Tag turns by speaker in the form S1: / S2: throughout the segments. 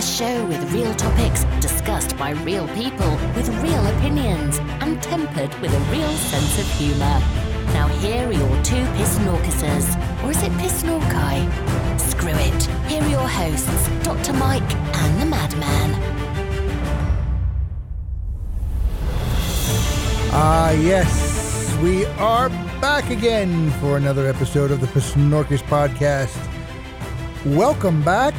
S1: show with real topics discussed by real people with real opinions and tempered with a real sense of humour. Now, here are your two piss norcuses. Or is it piss norci? Screw it. Here are your hosts, Dr. Mike and the Madman.
S2: Ah, yes, we are back again for another episode of the Pisnorkis Podcast. Welcome back.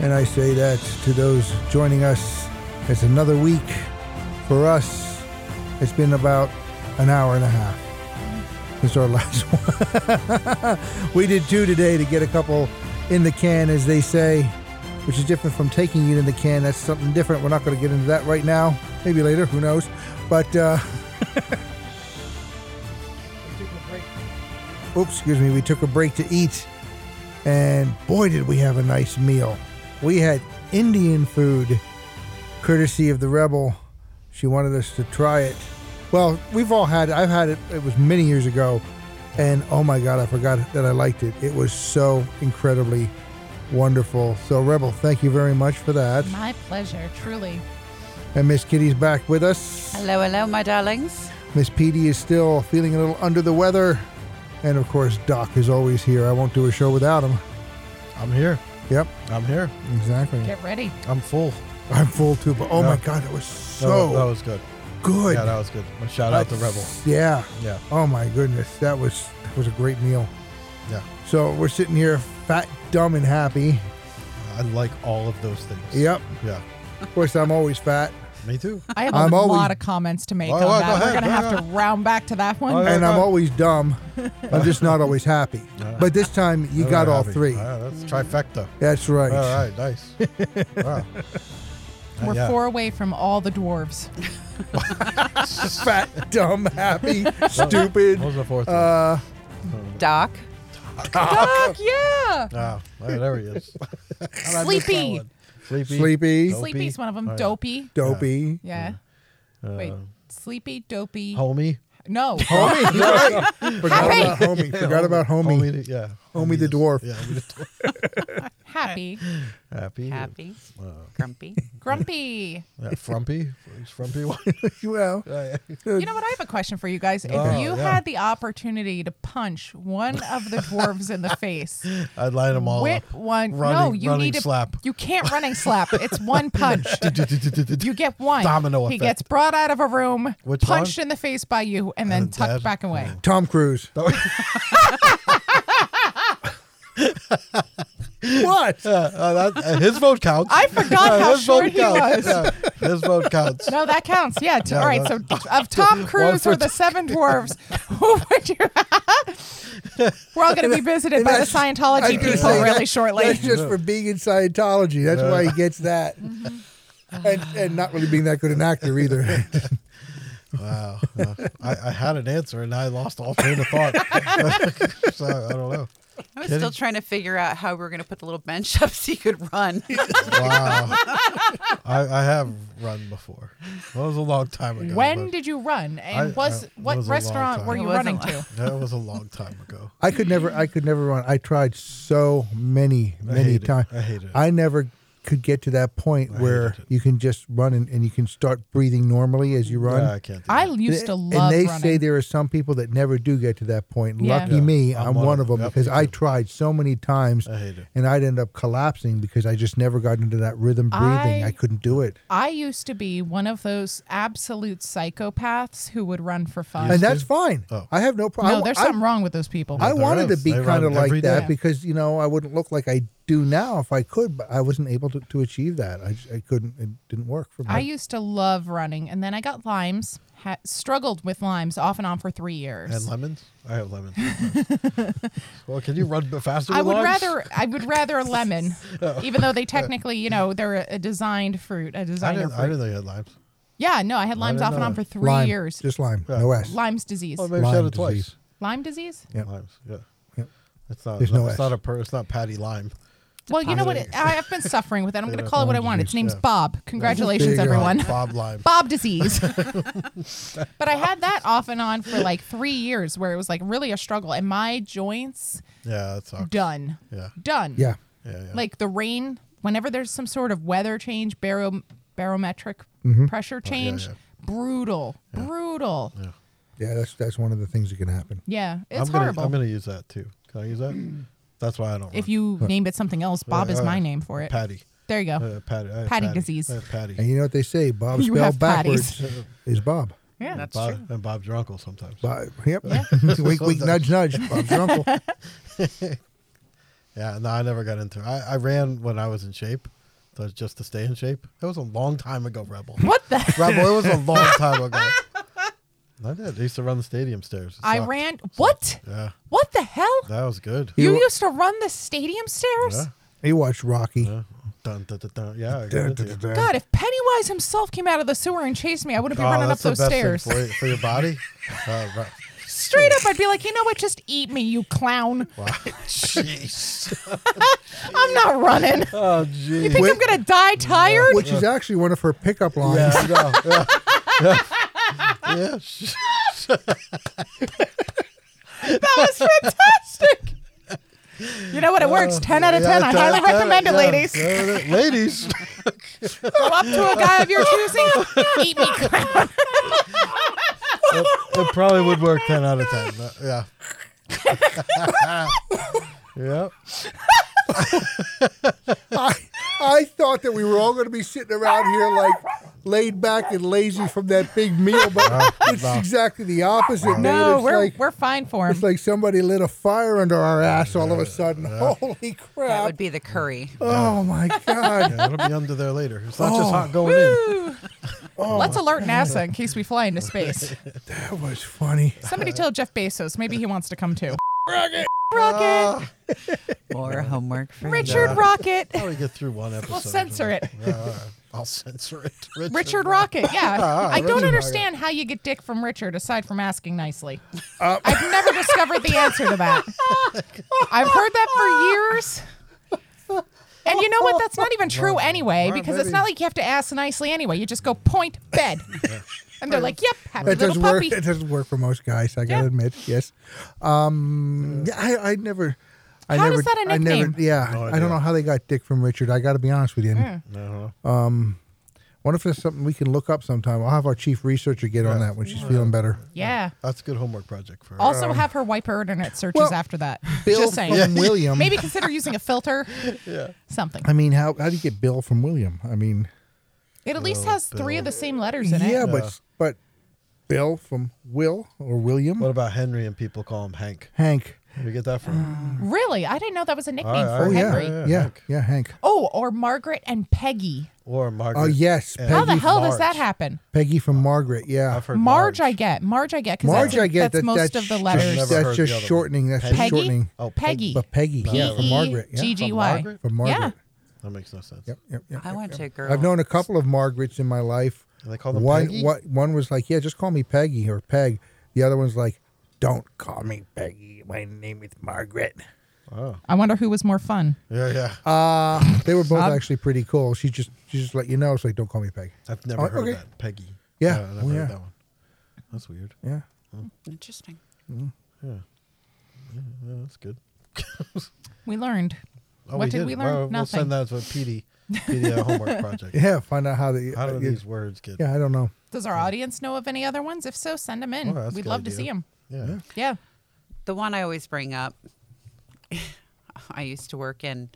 S2: And I say that to those joining us. It's another week. For us, it's been about an hour and a half since our last one. we did two today to get a couple in the can, as they say, which is different from taking it in the can. That's something different. We're not going to get into that right now. Maybe later, who knows? But, uh, oops, excuse me, we took a break to eat, and boy, did we have a nice meal. We had Indian food, courtesy of the Rebel. She wanted us to try it. Well, we've all had it. I've had it, it was many years ago, and oh my God, I forgot that I liked it. It was so incredibly wonderful. So, Rebel, thank you very much for that.
S3: My pleasure, truly.
S2: And Miss Kitty's back with us.
S3: Hello, hello, my darlings.
S2: Miss Petey is still feeling a little under the weather. And of course, Doc is always here. I won't do a show without him.
S4: I'm here.
S2: Yep,
S4: I'm here.
S2: exactly.
S3: Get ready.
S4: I'm full.
S2: I'm full too, but oh my
S4: No.
S2: God, it was
S4: That
S2: so
S4: wa- that was good.
S2: good.
S4: Yeah, that was good. And shout out to Rebel.
S2: Yeah.
S4: Yeah,
S2: Oh my goodness, that was that was a great meal.
S4: yeah.
S2: So we're sitting here, fat, dumb, and happy.
S4: I like all of those things.
S2: Yep.
S4: Yeah.
S2: Of course, I'm always fat,
S4: Me too.
S3: I have
S2: I'm
S3: a
S2: always-
S3: lot of comments to make
S4: Oh,
S3: on
S4: oh, go
S3: that. We're
S4: ahead,
S3: gonna
S4: go
S3: have
S4: ahead.
S3: to round back to that one.
S4: Oh, yeah.
S2: and I'm always dumb. I'm just not always happy. But this time, you got all
S4: Happy. Uh,
S2: three.
S4: Yeah, that's trifecta.
S2: That's right.
S4: All right, nice. Wow.
S3: We're
S4: Yeah.
S3: four away from all the dwarves.
S2: Fat, dumb, happy, stupid.
S4: What was the fourth one?
S2: Uh,
S5: Doc.
S3: Fuck yeah!
S4: Ah, all right, there he is. And I missed that
S3: Sleepy.
S4: one. Sleepy.
S2: sleepy,
S4: Nope. Dopey.
S3: Sleepy's one of them.
S4: Oh, yeah. Uh,
S3: Dopey.
S2: dopey.
S3: Yeah. Wait. Sleepy, dopey.
S4: Homie.
S3: No.
S2: Homie, you're right. Forgot about homie. Forgot about homie.
S4: Homie. the- Yeah.
S2: Homie the
S4: is-
S2: dwarf.
S4: Yeah. Homie the dwarf.
S3: Happy.
S4: Happy.
S5: Happy. Grumpy.
S3: Grumpy.
S4: Yeah, frumpy. He's frumpy.
S2: well,
S4: Yeah, yeah.
S3: You know what? I have a question for you guys. If
S4: Oh,
S3: you
S4: yeah.
S3: had the opportunity to punch one of the dwarves in the face,
S4: I'd line them all
S3: which
S4: up.
S3: one? no,
S4: Running-
S3: you
S4: running
S3: need to
S4: slap.
S3: You can't running slap. It's one punch. You get one.
S4: Domino
S3: He
S4: effect.
S3: gets brought out of a room,
S4: Which
S3: punched
S4: one?
S3: in the face by you, and then
S4: And
S3: tucked
S4: dead.
S3: back away.
S2: Tom Cruise. what?
S4: Yeah, uh, that, uh, his vote counts.
S3: I forgot
S4: Yeah,
S3: how
S4: his vote
S3: short he
S4: counts.
S3: was.
S4: Yeah, his vote counts.
S3: No, that counts. Yeah. t- all right. So, of Tom Cruise
S4: for
S3: or the Seven Dwarves, who would you? We're all going to be visited by the
S2: that's- I
S3: Scientology
S2: was gonna
S3: people
S2: say,
S3: really
S2: that-
S3: shortly.
S2: That's just for being in Scientology. That's why he gets that.
S3: Mm-hmm.
S2: And, and not really being that good an actor either.
S4: Wow. Uh, I, I had an answer and I lost all train of thought. so I don't know.
S5: I was still trying to figure out how we were going to put the little bench up so you could run.
S4: Wow. I, I have run before. That was a long time ago.
S3: When
S4: but
S3: did you run?
S4: I-
S3: And was
S4: I-
S3: what
S4: it was a long
S3: restaurant
S4: time.
S3: were
S5: It
S3: you
S5: was a
S3: running
S5: long-
S3: to?
S4: That was a long time ago.
S2: I could never I could never run. I tried so many,
S4: I
S2: many
S4: hate it.
S2: times.
S4: I hate it.
S2: I never could get to that point where you can just run and, and you can start breathing normally as you run.
S4: Yeah, I can't. Do
S3: I
S4: that.
S3: used to
S2: And-
S3: love
S2: And they
S3: running.
S2: say there are some people that never do get to that point.
S3: Yeah.
S2: Lucky
S3: Yeah,
S2: me, I'm,
S4: I'm
S2: one, of
S4: one of
S2: them
S4: them. Yep,
S2: because
S4: me
S2: I
S4: too.
S2: tried so many times
S4: I hate it.
S2: and I'd end up collapsing because I just never got into that rhythm breathing. I,
S3: I-
S2: couldn't do it.
S3: I used to be one of those absolute psychopaths who would run for fun.
S2: And that's fine.
S4: Oh.
S2: I have no problem.
S3: no, there's
S2: I,
S3: something wrong with those people.
S2: I
S4: there
S2: wanted to
S4: is.
S2: be
S4: They
S2: kind of
S4: run
S2: like
S4: every
S2: that
S3: day.
S2: because, you know, I wouldn't look like I do now if I could, but I wasn't able to, to achieve that. I, just- I couldn't, it didn't work for me.
S3: I used to love running, and then I got limes. Ha- struggled with limes off and on for three
S4: And
S3: years.
S4: lemons? I have lemons. well, can you run b- faster?
S3: I
S4: with
S3: would
S4: limes?
S3: rather I would rather a lemon, even though they technically, you know, they're a designed fruit, a
S4: Oh. I
S3: designer
S4: didn't, I didn't
S3: fruit.
S4: know you had limes.
S3: Yeah, no, I had limes
S4: didn't
S3: off and
S4: know
S3: on
S4: that. Oh,
S3: for three
S2: Lyme,
S3: years.
S2: Just Lyme,
S4: Yeah.
S2: no S.
S3: Lyme's disease.
S4: Well, maybe she had
S2: Lyme
S4: it twice.
S2: disemes.
S3: Lyme disease?
S2: Yep.
S4: Limes, yeah.
S2: Yep.
S4: It's not.
S2: There's no S.
S4: it's not a. Per, it's not Patty Lime.
S3: Well, you know what? It, I, I've been suffering with it. I'm going to call it what I want. Its name's
S4: yeah.
S3: Bob. Congratulations,
S2: There you go.
S3: everyone.
S4: Bob Lime.
S3: Bob disease. but I had that off and on for like three years where it was like really a struggle. And my joints,
S4: Yeah, that sucks.
S3: done.
S4: Yeah,
S3: Done.
S2: Yeah.
S4: yeah, yeah.
S3: Like the rain whenever there's some sort of weather change, baro- barometric pressure change,
S4: Mm-hmm. Oh, yeah.
S3: brutal, brutal. Yeah,
S2: Yeah, that's that's one of the things that can happen.
S3: it's
S4: I'm gonna,
S3: horrible.
S4: I'm gonna use that too. Can I use that? That's why I don't.
S3: if
S4: run.
S3: you named it something else, Bob is
S4: uh,
S3: my name for it.
S4: Patty,
S3: There you go.
S4: uh, Patty, I have
S3: Patty
S4: Patty
S3: disease.
S4: I have Patty.
S2: And you know what they say? Bob
S3: You
S2: spelled
S3: have patties.
S2: backwards is Bob.
S3: yeah,
S5: That's
S4: Bob,
S5: true.
S4: And Bob's your uncle sometimes.
S2: Bob. Yep. wink, wink, nudge, nudge. Bob's your uncle.
S4: Yeah, no, I never got into. it. I, I ran when I was in shape, so just to stay in shape. It was a long time ago, Rebel.
S3: What the?
S4: Rebel, it was a long time ago. I did. I used to run the stadium stairs. It
S3: I
S4: sucked.
S3: ran. What?
S4: Yeah,
S3: What the hell?
S4: that was good.
S3: you
S2: wa-
S3: used to run the stadium stairs?
S4: Yeah,
S2: He watched Rocky.
S4: yeah. Dun, dun, dun, dun. yeah. I got
S2: Dun,
S4: into
S2: dun,
S4: it.
S2: dun, dun.
S3: God, if Pennywise himself came out of the sewer and chased me, I wouldn't be
S4: Oh,
S3: running up
S4: that's the
S3: those
S4: best thing
S3: stairs.
S4: for, you- for your body. Uh, right.
S3: Straight up, I'd be like, you know what? Just eat me, you clown.
S4: Wow. Jeez.
S3: I'm not running. You
S4: Oh, jeez.
S3: think I'm gonna die tired?
S2: Which is actually one of her pickup lines.
S4: Yeah, I know. Yeah. yeah. Yeah. Sh-
S3: That was fantastic. You know what? It works. Ten out of ten. I
S4: Yeah,
S3: highly
S4: yeah,
S3: recommend it,
S4: yeah,
S3: ladies.
S4: yeah, Ladies.
S3: Go up to a guy of your choosing. eat me, clown.
S4: it probably would work 10 out of 10. but, yeah. yep.
S2: I, I thought that we were all going to be sitting around here like laid back and lazy from that big meal, but it's exactly the opposite, man.
S3: Uh-huh. No,
S2: it's
S3: we're
S2: like,
S3: we're fine for him.
S2: it's like somebody lit a fire under our ass all of a sudden. Holy
S5: That
S2: crap!
S5: would be the curry.
S2: oh my god!
S4: Yeah, it'll be under there later. It's not just
S2: Oh.
S4: hot going in.
S3: Let's alert NASA in case we fly into space.
S2: That was funny.
S3: Somebody tell Jeff Bezos. Maybe he wants to come too. Rocket. Rocket.
S5: More homework for
S3: Richard Rocket.
S4: How do we get through one episode?
S3: We'll censor it.
S4: Yeah, all right. I'll censor it. Richard.
S3: Richard Rocket, yeah.
S2: Ah,
S3: I don't
S4: Richard
S3: understand how you get dick from Richard aside from asking nicely.
S2: Uh,
S3: I've never discovered the answer to that. I've heard that for years. And you know what? That's not even true anyway,
S4: well,
S3: because it's
S4: maybe-
S3: not like you have to ask nicely anyway. You just go point bed. And they're like, yep, happy
S2: That
S3: little
S2: doesn't work.
S3: puppy.
S2: It doesn't work for most guys. I gotta
S3: Yeah.
S2: admit. Yes. Um. Yeah. I, I never. I
S3: How is
S2: never,
S3: that a
S2: I never,
S3: nickname?
S2: yeah,
S4: No
S2: I don't
S4: idea. Uh-huh.
S2: know how they got Dick from Richard. I got to be honest with you.
S3: Mm.
S4: No,
S2: Wonder if there's something we can look up sometime. I'll have our chief researcher get on that when she's feeling better.
S3: Yeah.
S4: that's a good homework project for
S3: Also, have her wipe her internet searches
S2: Uh, well,
S3: after that.
S2: Bill
S3: Just saying.
S2: from William.
S3: Maybe consider using a filter. Something.
S2: I mean, how how do you get Bill from William? I mean,
S3: It at least
S4: Bill,
S3: has three of the
S4: Bill.
S3: same letters in it.
S2: yeah, but but Bill from Will or William?
S4: What about Henry and people call him Hank?
S2: Hank.
S4: Where do we get that from?
S3: Really? I didn't know that was a nickname
S4: Alright,
S2: Oh
S3: for
S4: alright.
S3: Henry.
S2: yeah,
S4: Yeah,
S2: yeah,
S4: Hank.
S2: yeah, Hank.
S3: Oh, or Margaret and Peggy.
S4: Or Margaret?
S2: Oh yes,
S4: and
S2: Peggy,
S3: How the hell does that
S4: Marge.
S3: happen?
S2: Peggy from Margaret. Yeah,
S4: I've heard
S3: Marge, I get. Marge, I get. 'cause
S2: Marge.
S3: that's,
S2: I get
S3: that's
S2: that.
S3: most
S2: that's
S3: of the
S2: just-
S4: I've never
S3: letters.
S2: That's
S4: heard
S2: just
S4: the other one.
S2: shortening. That's just
S3: Peggy?
S2: shortening.
S4: Oh,
S3: Peggy.
S2: But Peggy, yeah, from Margaret. Yeah.
S3: P E G G
S4: From
S3: Y.
S4: Margaret?
S2: From Margaret.
S3: Yeah.
S4: That makes no sense.
S2: Yep, yep, yep,
S5: I
S2: yep,
S5: went
S2: yep.
S5: to a girl.
S2: I've known a couple of Margarets in my life.
S4: And they call them
S2: one,
S4: Peggy?
S2: one- one was like, yeah, just call me Peggy or Peg. The other one's like, don't call me Peggy. My name is Margaret.
S4: Oh.
S3: I wonder who was more fun.
S4: Yeah, yeah.
S2: Uh, they were both actually pretty cool. She just she just let you know. It's like, don't call me Peg.
S4: I've never
S2: oh,
S4: heard
S2: okay.
S4: that. Peggy.
S2: Yeah.
S4: I've
S2: Oh, yeah.
S4: never heard that one. That's weird.
S2: Yeah.
S5: Interesting.
S4: Yeah, that's good.
S3: We learned.
S4: Oh,
S3: what did, we learn?
S4: Well, We'll,
S3: Nothing.
S4: send that to a PD, PD uh, homework project.
S2: Yeah. Find out how the.
S4: How do
S2: uh,
S4: these words get?
S2: Yeah, I don't know.
S3: Does our audience know of any other ones? If so, send them in.
S4: Oh, that's a
S3: We'd
S4: good
S3: love to
S4: idea.
S3: see them.
S4: Yeah.
S3: Yeah.
S5: The one I always bring up, I used to work in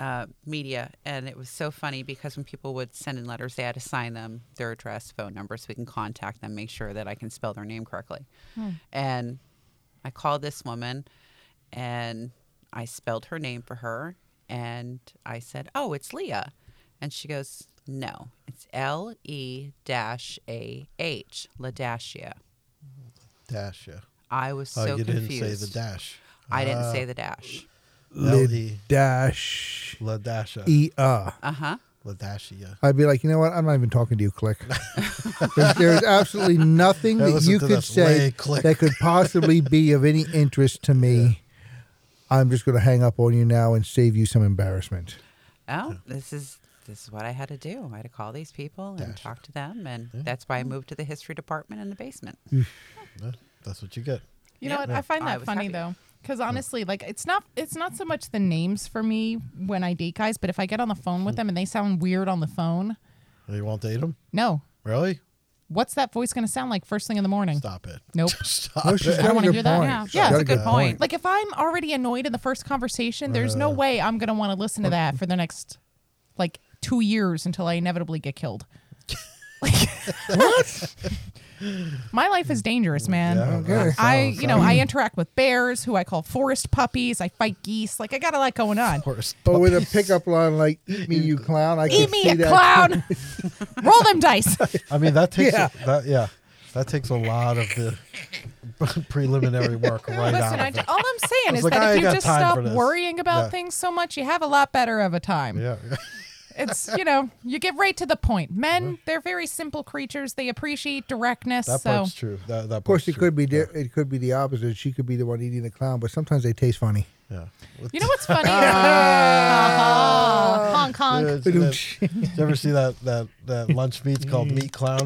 S5: uh, media, and it was so funny because when people would send in letters, they had to sign them their address, phone number, so we can contact them, make sure that I can spell their name correctly. And I called this woman, and I spelled her name for her, and I said, "Oh, it's Leah," and she goes, "No, it's L E dash A H, Ladashia."
S4: Dash. Yeah.
S5: I was
S4: Oh,
S5: so
S4: you
S5: confused.
S4: didn't say the dash.
S5: I didn't
S2: Uh,
S5: say the dash.
S4: Lady.
S2: Dash
S4: La Dasha.
S2: E uh.
S5: Uh huh.
S4: La Dashia.
S2: I'd be like, you know what? I'm not even talking to you, click. there's, there's absolutely nothing
S4: Now
S2: that
S4: listen
S2: you
S4: to
S2: could
S4: this.
S2: say
S4: Way click.
S2: that could possibly be of any interest to me. I'm just going to hang up on you now and save you some embarrassment.
S5: Oh, this is this is what I had to do. I had to call these people and talk to them, and that's why I moved to the
S2: Mm.
S5: history department in the basement.
S4: Yeah, That's what you get.
S3: You know what? I find
S5: Oh, I
S3: that
S5: was
S3: funny
S5: happy.
S3: though. Because honestly, like it's not it's not so much the names for me when I date guys, but if I get on the phone
S4: Hmm.
S3: with them and they sound weird on the phone,
S4: Oh, You won't date him?
S3: no.
S4: Really?
S3: What's that voice going to sound like first thing in the morning?
S4: Stop it.
S3: Nope.
S4: Stop
S2: No, she's
S4: it.
S2: got a
S3: wanna
S2: good
S3: hear that
S2: point.
S3: now.
S2: She's
S3: Yeah,
S2: got
S5: it's a good point.
S3: Like if I'm already annoyed in the first conversation, there's
S4: Uh.
S3: no way I'm going to want to listen to that for the next like 2 years until I inevitably get killed. Like what? My life is dangerous, man.
S4: Yeah,
S2: Okay.
S4: that
S3: I,
S4: sounds-
S3: you know, I interact with bears who I call forest puppies. I fight geese. Like I got a lot going on.
S4: Horse.
S2: But with a pickup line like "Eat me, you clown," I
S3: Eat
S2: can
S3: me,
S2: see
S3: a
S2: that.
S3: clown. Roll them dice.
S4: I mean, that takes
S2: Yeah.
S4: A, that yeah, that takes a lot of the preliminary work right
S3: Listen, I
S4: out. Of
S3: ju-
S4: it.
S3: all I'm saying
S4: was
S3: is
S4: like, I
S3: that
S4: ain't
S3: if you
S4: got
S3: just
S4: time
S3: stop
S4: for this.
S3: worrying about
S4: Yeah.
S3: things so much, you have a lot better of a time.
S4: Yeah.
S3: It's you know, you get right to the point. Men, they're very simple creatures. They appreciate directness.
S4: That
S3: so
S4: part's true. That, that
S2: Of course, it could be di- it could be the opposite. She could be the one eating the clown, but sometimes they taste funny.
S4: Yeah.
S3: you know what's funny? Uh-huh. Oh, honk honk.
S4: Did you ever see that that that lunch meat's called Meat Clown?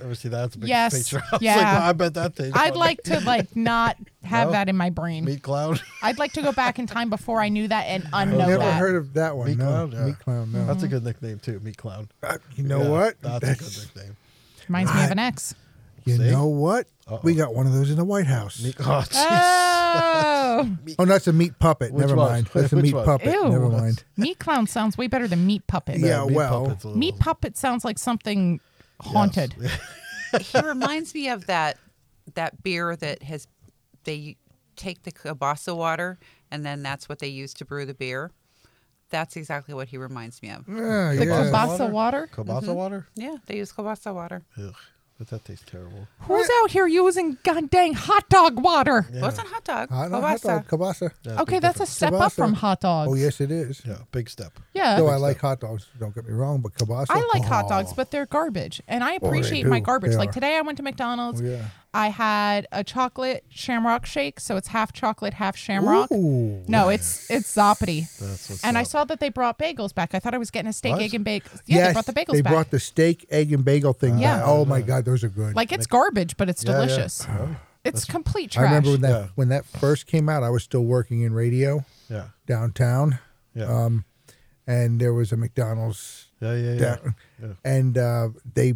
S4: Ever see that? It's a big
S3: Yes,
S4: picture. I was like,
S3: yeah.
S4: well, I bet that tastes.
S3: I'd
S4: funny.
S3: like to like not have
S4: No.
S3: that in my brain.
S4: Meat Clown.
S3: I'd like to go back in time before I knew that and unknow
S2: Never
S3: that.
S2: heard of that one.
S4: Meat
S2: no,
S4: Clown. Yeah.
S2: meat clown. No,
S4: That's a good nickname too. Meat Clown.
S2: you know
S4: Yeah,
S2: what?
S4: That's a good nickname.
S3: Reminds me of an ex.
S2: you
S4: See?
S2: know what? We got one of those in the White House.
S4: Meat. Oh, jeez.
S3: Oh,
S2: oh, that's a meat puppet.
S4: Which
S2: Never
S4: one?
S2: mind. That's a
S4: Which
S2: meat
S4: one?
S2: puppet.
S3: Ew.
S2: Never mind.
S3: meat clown sounds way better than meat puppet.
S2: Yeah,
S4: meat
S2: well.
S4: puppet's a little-
S3: Meat puppet sounds like something haunted.
S5: he reminds me of that that beer that has they take the kielbasa water and then that's what they use to brew the beer. That's exactly what he reminds me of.
S2: Ah,
S3: The
S2: yeah.
S3: kielbasa water.
S4: Kielbasa water?
S5: Yeah, they use kielbasa water.
S4: Ugh, but that tastes terrible.
S3: Who's out here using god dang hot dog water?
S5: Well, it's not hot dog.
S2: Hot dog, hot
S5: kielbasa.
S2: dog, kielbasa.
S4: Yeah,
S3: Okay,
S4: big
S3: that's a
S4: difference.
S3: step
S2: Kielbasa.
S3: up from hot dogs.
S2: Oh yes, it is.
S4: yeah, big step.
S3: Yeah.
S2: Though I like hot dogs. Don't get me wrong, but kielbasa.
S3: I like hot
S2: oh.
S3: dogs, but they're garbage, and I
S2: they
S3: appreciate
S2: do.
S3: my garbage.
S2: They
S3: like
S2: are.
S3: today, I went to McDonald's.
S2: Oh, yeah.
S3: I had a chocolate shamrock shake, so it's half chocolate, half shamrock.
S2: Ooh.
S3: No, it's it's zoppity.
S4: That's what's
S3: and I
S4: up.
S3: saw that they brought bagels back. I thought I was getting a steak,
S4: What?
S3: egg, and bagel. Yeah,
S2: yes,
S3: they brought the bagels
S2: They
S3: back.
S2: brought the steak, egg, and bagel thing.
S3: Yeah.
S2: back. Oh my God, those are good.
S3: like it's garbage, but it's
S4: Yeah, yeah.
S3: delicious.
S4: Yeah.
S3: It's complete
S2: I
S3: trash.
S2: remember when that
S4: Yeah.
S2: when that first came out, I was still working in radio
S4: Yeah.
S2: downtown,
S4: Yeah.
S2: and there was a McDonald's,
S4: yeah, yeah, yeah.
S2: down- and uh, they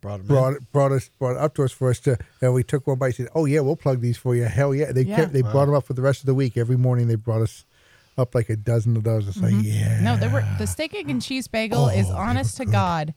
S4: Brought 'em
S2: brought it, brought us brought it up to us for us to, and we took one bite. and Said, "Oh yeah, we'll plug these for you." Hell yeah, they
S3: Yeah.
S2: kept they brought them up for the rest of the week. Every morning they brought us up like a dozen of those. It's like yeah,
S3: Mm-hmm.
S2: Oh,
S3: No, there were the steak egg and cheese bagel is honest to God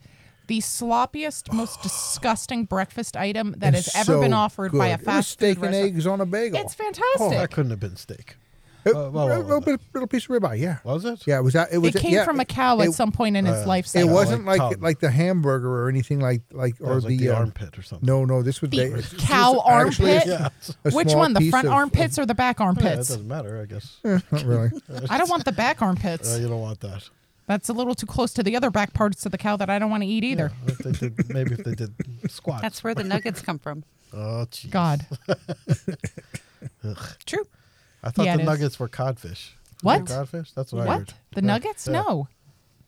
S3: the sloppiest, most disgusting breakfast item that has
S2: It's
S3: ever been
S2: so
S3: offered by
S2: good.
S3: a
S2: it was
S3: fast
S2: steak
S3: food
S2: and
S3: restaurant.
S2: eggs on a bagel.
S3: It's fantastic.
S4: in. Oh, That couldn't have been steak.
S2: It- a
S4: Uh, well, well,
S2: little,
S4: well.
S2: bit, little piece of ribeye, yeah.
S4: Was it?
S2: Yeah, it was. out- It was.
S3: it came
S2: yeah,
S3: from a cow
S2: it, uh,
S3: at some point in its life
S2: It
S3: cycle.
S4: Yeah,
S2: wasn't
S4: like
S2: like
S4: tongue.
S2: like, the hamburger or anything like like
S4: That
S2: or
S4: was like the,
S2: uh,
S4: armpit or something.
S2: No, no, this was
S3: The
S2: this was
S3: cow
S2: actually
S3: armpit?
S4: Yeah.
S2: a
S3: Which
S2: small
S3: one, the
S2: piece
S3: front
S2: of-
S3: armpits or the back
S4: yeah, it
S3: armpits?
S4: doesn't matter, I guess.
S2: Not really.
S3: I don't want the back
S4: Uh,
S3: armpits.
S4: you don't want that.
S3: That's a little too close to the other back parts of the cow that I don't want to eat either.
S4: If they did, maybe if they did squats.
S5: That's where the nuggets come from.
S4: oh, jeez.
S3: God.
S5: True.
S4: I thought
S3: Yeah, it
S4: the
S3: is.
S4: nuggets were codfish.
S3: What?
S4: Codfish? That's what, I
S3: What?
S4: heard. Uh,
S3: The nuggets? No.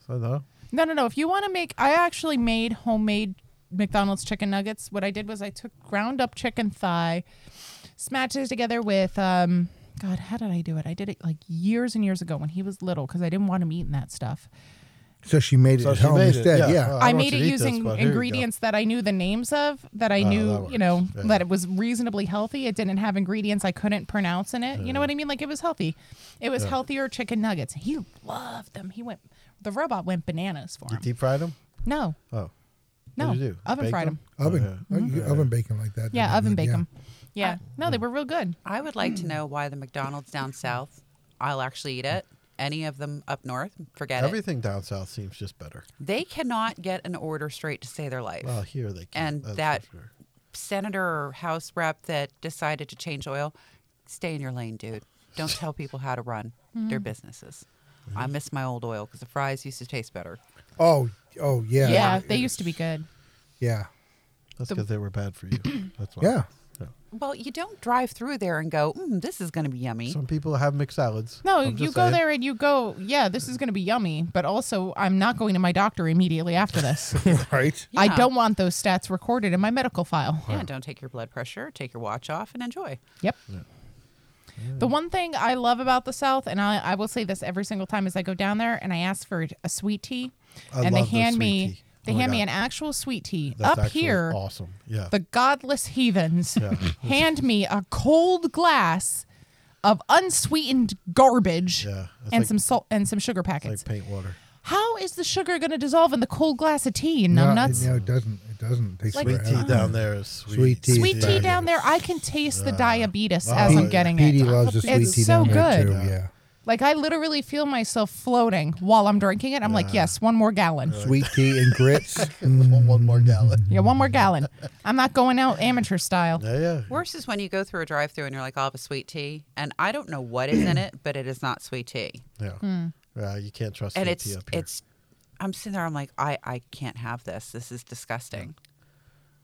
S4: So, no.
S3: No, no, no. If you want to make, I actually made homemade McDonald's chicken nuggets. What I did was I took ground up chicken thigh, smashed it together with, um, God, how did I do it? I did it like years and years ago when he was little because I didn't want him eating that stuff.
S2: So she made it
S4: So
S2: at
S4: she
S2: home
S4: made it,
S2: instead.
S4: yeah.
S2: yeah.
S4: Uh, I
S3: I,
S4: don't want
S3: made
S4: you
S3: it
S4: to eat this,
S3: using
S4: but here you go.
S3: ingredients that I knew the names of, that I
S4: Oh,
S3: knew,
S4: that
S3: you know,
S4: works. Yeah.
S3: that it was reasonably healthy. It didn't have ingredients I couldn't pronounce in it. You know what I mean? Like it was healthy. It was healthier chicken nuggets. He loved them. He went, the robot went bananas for
S4: You
S3: him.
S4: deep fried them?
S3: No,
S4: Oh.
S3: no.
S4: What did you do?
S3: Oven
S4: Bake
S3: fried Mm-hmm. them.
S2: Oven,
S4: Oh,
S2: you could oven bake 'em like that.
S3: Yeah,
S2: They're
S3: oven
S2: good,
S3: bake
S2: yeah.
S3: them. Yeah. No, they were real good.
S5: I would like
S4: Mm.
S5: to know why the McDonald's down south, I'll actually eat it. Any of them up north, forget it.
S4: Everything down south seems just better.
S5: They cannot get an order straight to save their life.
S4: Well, here they can.
S5: and
S4: that's for
S5: that
S4: sure.
S5: senator or house rep that decided to change oil, stay in your lane, dude. Don't tell people how to run their businesses. I
S4: Mm-hmm.
S5: miss my old oil because the fries used to taste better.
S2: Oh, oh yeah.
S3: Yeah, they used to be good.
S2: Yeah.
S4: That's because they were bad for you. That's why.
S2: Yeah.
S5: Well, you don't drive through there and go, mm, "This is going to be yummy."
S4: Some people have mixed salads.
S3: No,
S4: I'm
S3: you
S4: just
S3: go
S4: saying.
S3: there and you go, yeah, this is going to be yummy, but also I'm not going to my doctor immediately after this.
S2: right.
S3: I
S5: Yeah.
S3: don't want those stats recorded in my medical file.
S5: Yeah, don't take your blood pressure, take your watch off, and enjoy.
S3: Yep. The one thing I love about the South, and I, I will say this every single time as I go down there and I ask for a sweet tea,
S4: I
S3: and they
S4: love the
S3: hand
S4: sweet
S3: me
S4: tea.
S3: they
S4: Oh my
S3: hand me
S4: God.
S3: an actual sweet tea.
S4: That's
S3: Up
S4: actually
S3: here,
S4: awesome. Yeah.
S3: the godless heathens hand me a cold glass of unsweetened garbage
S4: Yeah, it's
S3: and
S4: like-
S3: some salt and some sugar packets.
S4: like paint water.
S3: How is the sugar going to dissolve in the cold glass of tea? You
S2: no,
S3: numbnuts.
S2: It, no, it doesn't. It doesn't. It takes
S3: Like-
S4: Sweet
S2: forever.
S4: tea down there is sweet.
S2: Sweet tea.
S3: Sweet tea
S2: Yeah.
S3: down there, I can taste the diabetes
S4: wow.
S3: as I'm
S4: Pete-
S3: getting
S2: Petey
S3: it.
S2: loves the
S3: it's
S2: sweet tea
S3: so
S2: down there
S3: good.
S2: too. Yeah.
S3: Like I literally feel myself floating while I'm drinking it. I'm like, yes, one more gallon.
S2: Sweet tea and grits. Mm.
S4: One more gallon.
S3: Yeah, one more gallon. I'm not going out amateur style.
S4: Yeah, yeah.
S5: Worse is when you go through a drive through and you're like, I'll have a sweet tea. And I don't know what is in it, but it is not sweet tea.
S4: Yeah.
S3: Hmm.
S4: Yeah, you can't trust
S5: And
S4: sweet
S5: it's,
S4: tea up here.
S5: it's, I'm sitting there, I'm like, I, I can't have this. This is disgusting.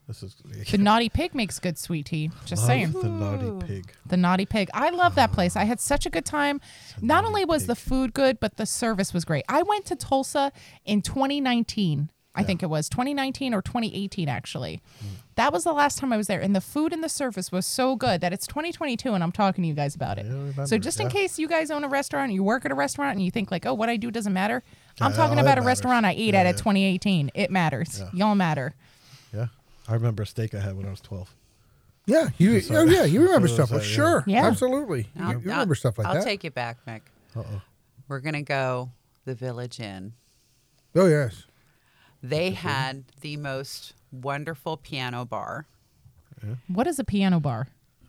S4: this is
S3: The Naughty Pig makes good sweet tea. Just saying.
S4: the naughty pig.
S3: The Naughty Pig. I love that place. I had such a good time. Not only was the food good, but the service was great. I went to Tulsa in 2019. I think it was 2019 or 2018 actually.
S4: Mm.
S3: That was the last time I was there and the food and the service was so good that it's 2022 and I'm talking to you guys about it. so
S4: remember,
S3: just in
S4: yeah.
S3: case you guys own a restaurant, you work at a restaurant and you think like, "Oh, what I do doesn't matter." I'm
S4: Yeah, oh,
S3: talking
S4: it
S3: about a
S4: matters.
S3: restaurant I ate
S4: Yeah,
S3: at
S4: yeah.
S3: at 2018. It matters. Y'all matter.
S4: Yeah. I remember a steak I had when I was 12.
S2: Yeah, you. Oh yeah, you remember stuff.
S4: Sorry,
S2: Oh,
S4: yeah.
S2: sure,
S3: Yeah.
S2: absolutely. You,
S5: I'll-
S2: you
S5: I'll-
S2: remember stuff like
S5: I'll
S2: that.
S5: take you back, Mick.
S4: Uh oh.
S5: We're going to go the Village Inn.
S2: oh yes.
S5: They had the most wonderful piano bar.
S3: What is a piano bar?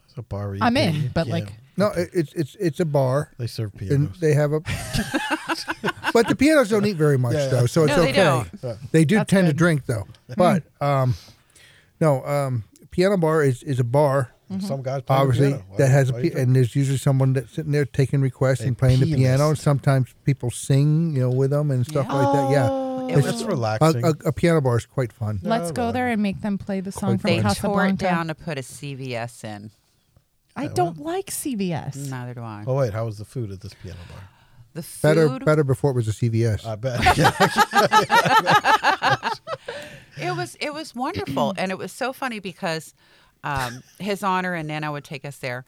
S4: It's a bar. where you
S3: I'm
S4: can-
S3: in, but
S4: yeah,
S3: like
S2: No, it, it's it's it's a bar,
S4: They serve
S2: and
S4: pianos.
S2: they have a. but the pianos don't eat very much
S4: Yeah, yeah.
S2: though, so Oh, it's
S5: No, they
S2: okay.
S5: don't.
S2: They do
S3: That's
S2: tend to
S3: good.
S2: drink though, but um, no, um, piano bar is is a bar.
S3: Mm-hmm.
S4: Some guys play the
S2: Obviously,
S4: piano. Why-
S2: that has a
S4: why
S2: pi-
S4: you
S2: and there's usually someone that's sitting there taking requests
S4: A
S2: and playing the piano.
S4: pianist.
S2: And sometimes people sing, you know, with them and stuff
S5: Yeah.
S2: like that. Yeah,
S3: Oh.
S5: It
S4: think-
S5: was
S4: It's
S2: a,
S4: relaxing.
S2: a, a piano bar is quite fun.
S3: Let's go
S4: whatever.
S3: there and make them play the song from
S5: They tore
S3: Casablanca.
S5: it down to put a CVS in.
S3: I don't like CVS.
S5: Neither do I.
S4: oh wait, how was the food at this piano bar?
S5: The food,
S2: Better, better before it was a CVS.
S4: I bet. Yeah.
S5: It was it was wonderful, and it was so funny because um, His Honor and Nana would take us there,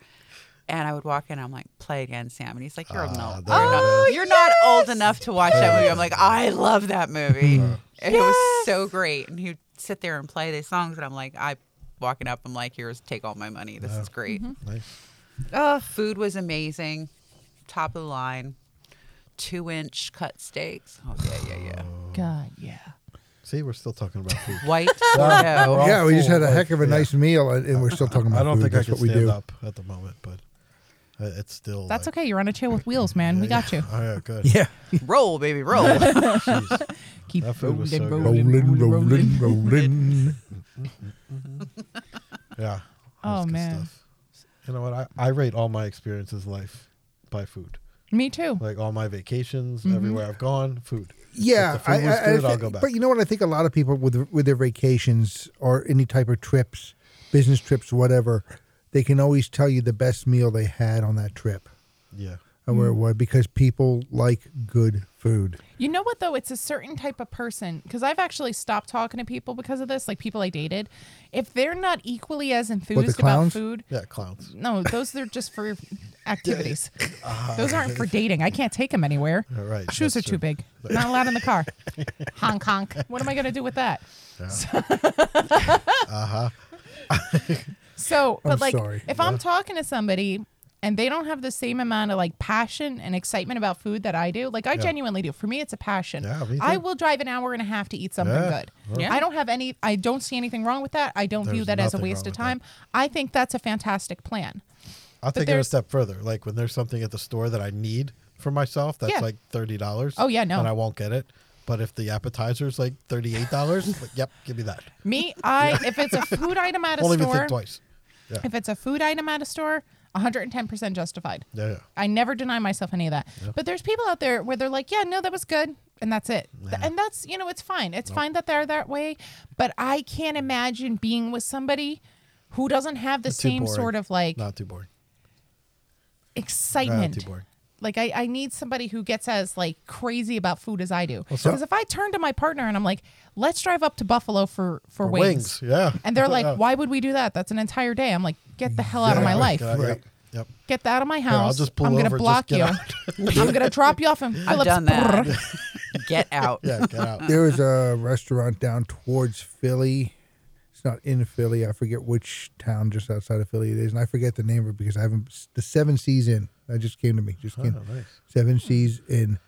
S5: and I would walk in. I'm like, "Play again, Sam," and he's like, "You're no,
S4: Ah, there it is.
S5: you're not old enough to watch that movie." I'm like, "I love that movie. and It was so great." And he'd sit there and play these songs, and I'm like, "I." Walking up, I'm like, "Here's take all my money. This is great."
S4: Mm-hmm. nice.
S5: Oh, food was amazing, top of the line, two inch cut steaks. Oh yeah, yeah, yeah.
S3: God, yeah.
S4: See, we're still talking about food.
S5: White Bordeaux.
S2: yeah, we just had a
S4: Like,
S2: heck of a
S4: yeah.
S2: nice meal, and and we're still talking about
S4: I don't
S2: food.
S4: think I
S2: That's
S4: can
S2: what we
S4: stand
S2: do.
S4: up at the moment, but uh, it's still.
S3: That's
S4: like,
S3: okay. You're on a chair with wheels, man. we got you.
S4: Oh yeah, good.
S2: Yeah,
S5: roll, baby, roll.
S4: Jeez.
S3: Keep
S4: That food was so good.
S2: rolling, rolling, rolling.
S4: Yeah.
S3: Oh,
S4: that's good
S3: man.
S4: You know what? I, I rate all my experiences in life by food.
S3: Me too.
S4: Like all my vacations,
S3: Mm-hmm.
S4: everywhere I've gone, food.
S2: Yeah,
S4: If the food was good, I'll
S2: thi-
S4: go back.
S2: But you know what? I think a lot of people with with their vacations or any type of trips, business trips, whatever, they can always tell you the best meal they had on that trip
S4: Yeah.
S2: and
S4: Mm.
S2: where it was because people like good food.
S3: You know what though? It's a certain type of person because I've actually stopped talking to people because of this. Like people I dated, if they're not equally as enthused about
S2: clowns?
S3: food,
S4: Yeah, clowns.
S3: no, those are just for activities. those aren't for dating. I can't take them anywhere.
S4: Yeah, Uh-huh. right,
S3: Shoes are
S4: that's
S3: too
S4: true.
S3: big. Not allowed in the car. honk honk. What am I gonna do with that?
S4: Uh-huh.
S3: So, but
S2: I'm
S3: like,
S2: sorry.
S3: if I'm talking to somebody and they don't have the same amount of like passion and excitement about food that I do, like I genuinely do. For me, it's a passion.
S4: Yeah, me
S3: I
S4: too.
S3: will drive an hour and a half to eat something
S4: Yeah.
S3: good.
S5: Yeah.
S3: I don't have any. I don't see anything wrong with that. I don't view
S4: There's
S3: that as a
S4: nothing
S3: waste
S4: wrong
S3: of
S4: with that.
S3: time. I think that's a fantastic plan.
S4: I'll take it a
S3: there's-
S4: step further. Like when there's something at the store that I need for myself, that's
S3: Yeah.
S4: like thirty dollars.
S3: Oh, yeah, no.
S4: and I won't get it. But if the appetizer's like thirty-eight dollars, like, yep, give me that.
S3: Me, I if it's a food item at a
S4: Won't even
S3: store,
S4: think twice. Yeah,
S3: if it's a food item at a store, 110% justified.
S4: yeah, yeah.
S3: I never deny myself any of that. But there's people out there where they're like, yeah, no, that was good. And that's it. Th- And that's, you know, it's fine. It's fine that they're that way. But I can't imagine being with somebody who doesn't have the
S4: It's too
S3: same
S4: boring.
S3: sort of like
S4: Not too boring. Not
S3: excitement.
S4: too boring.
S3: Like I, I need somebody who gets as like crazy about food as I do. Because
S4: so-
S3: if I turn to my partner and I'm like, let's drive up to Buffalo for, for,
S4: Or
S3: wings.
S4: Yeah,
S3: And they're like,
S4: Yeah.
S3: why would we do that? That's an entire day. I'm like, get the hell out
S4: Yeah, oh
S3: of my
S4: right,
S3: life.
S4: yeah, yeah.
S2: Right.
S4: Yep.
S3: Get that out of my house.
S4: I'll just pull
S3: I'm gonna
S4: over, just
S3: block
S4: get
S3: you. I'm gonna drop you off in Phillips.
S5: I've done that. Get out.
S4: Yeah, get out.
S2: There is a restaurant down towards Philly. It's not in Philly. I forget which town just outside of Philly it is, and I forget the name of it because I haven't. The Seven Seas Inn. That just came to me. Just came.
S4: nice.
S2: Seven Seas Inn.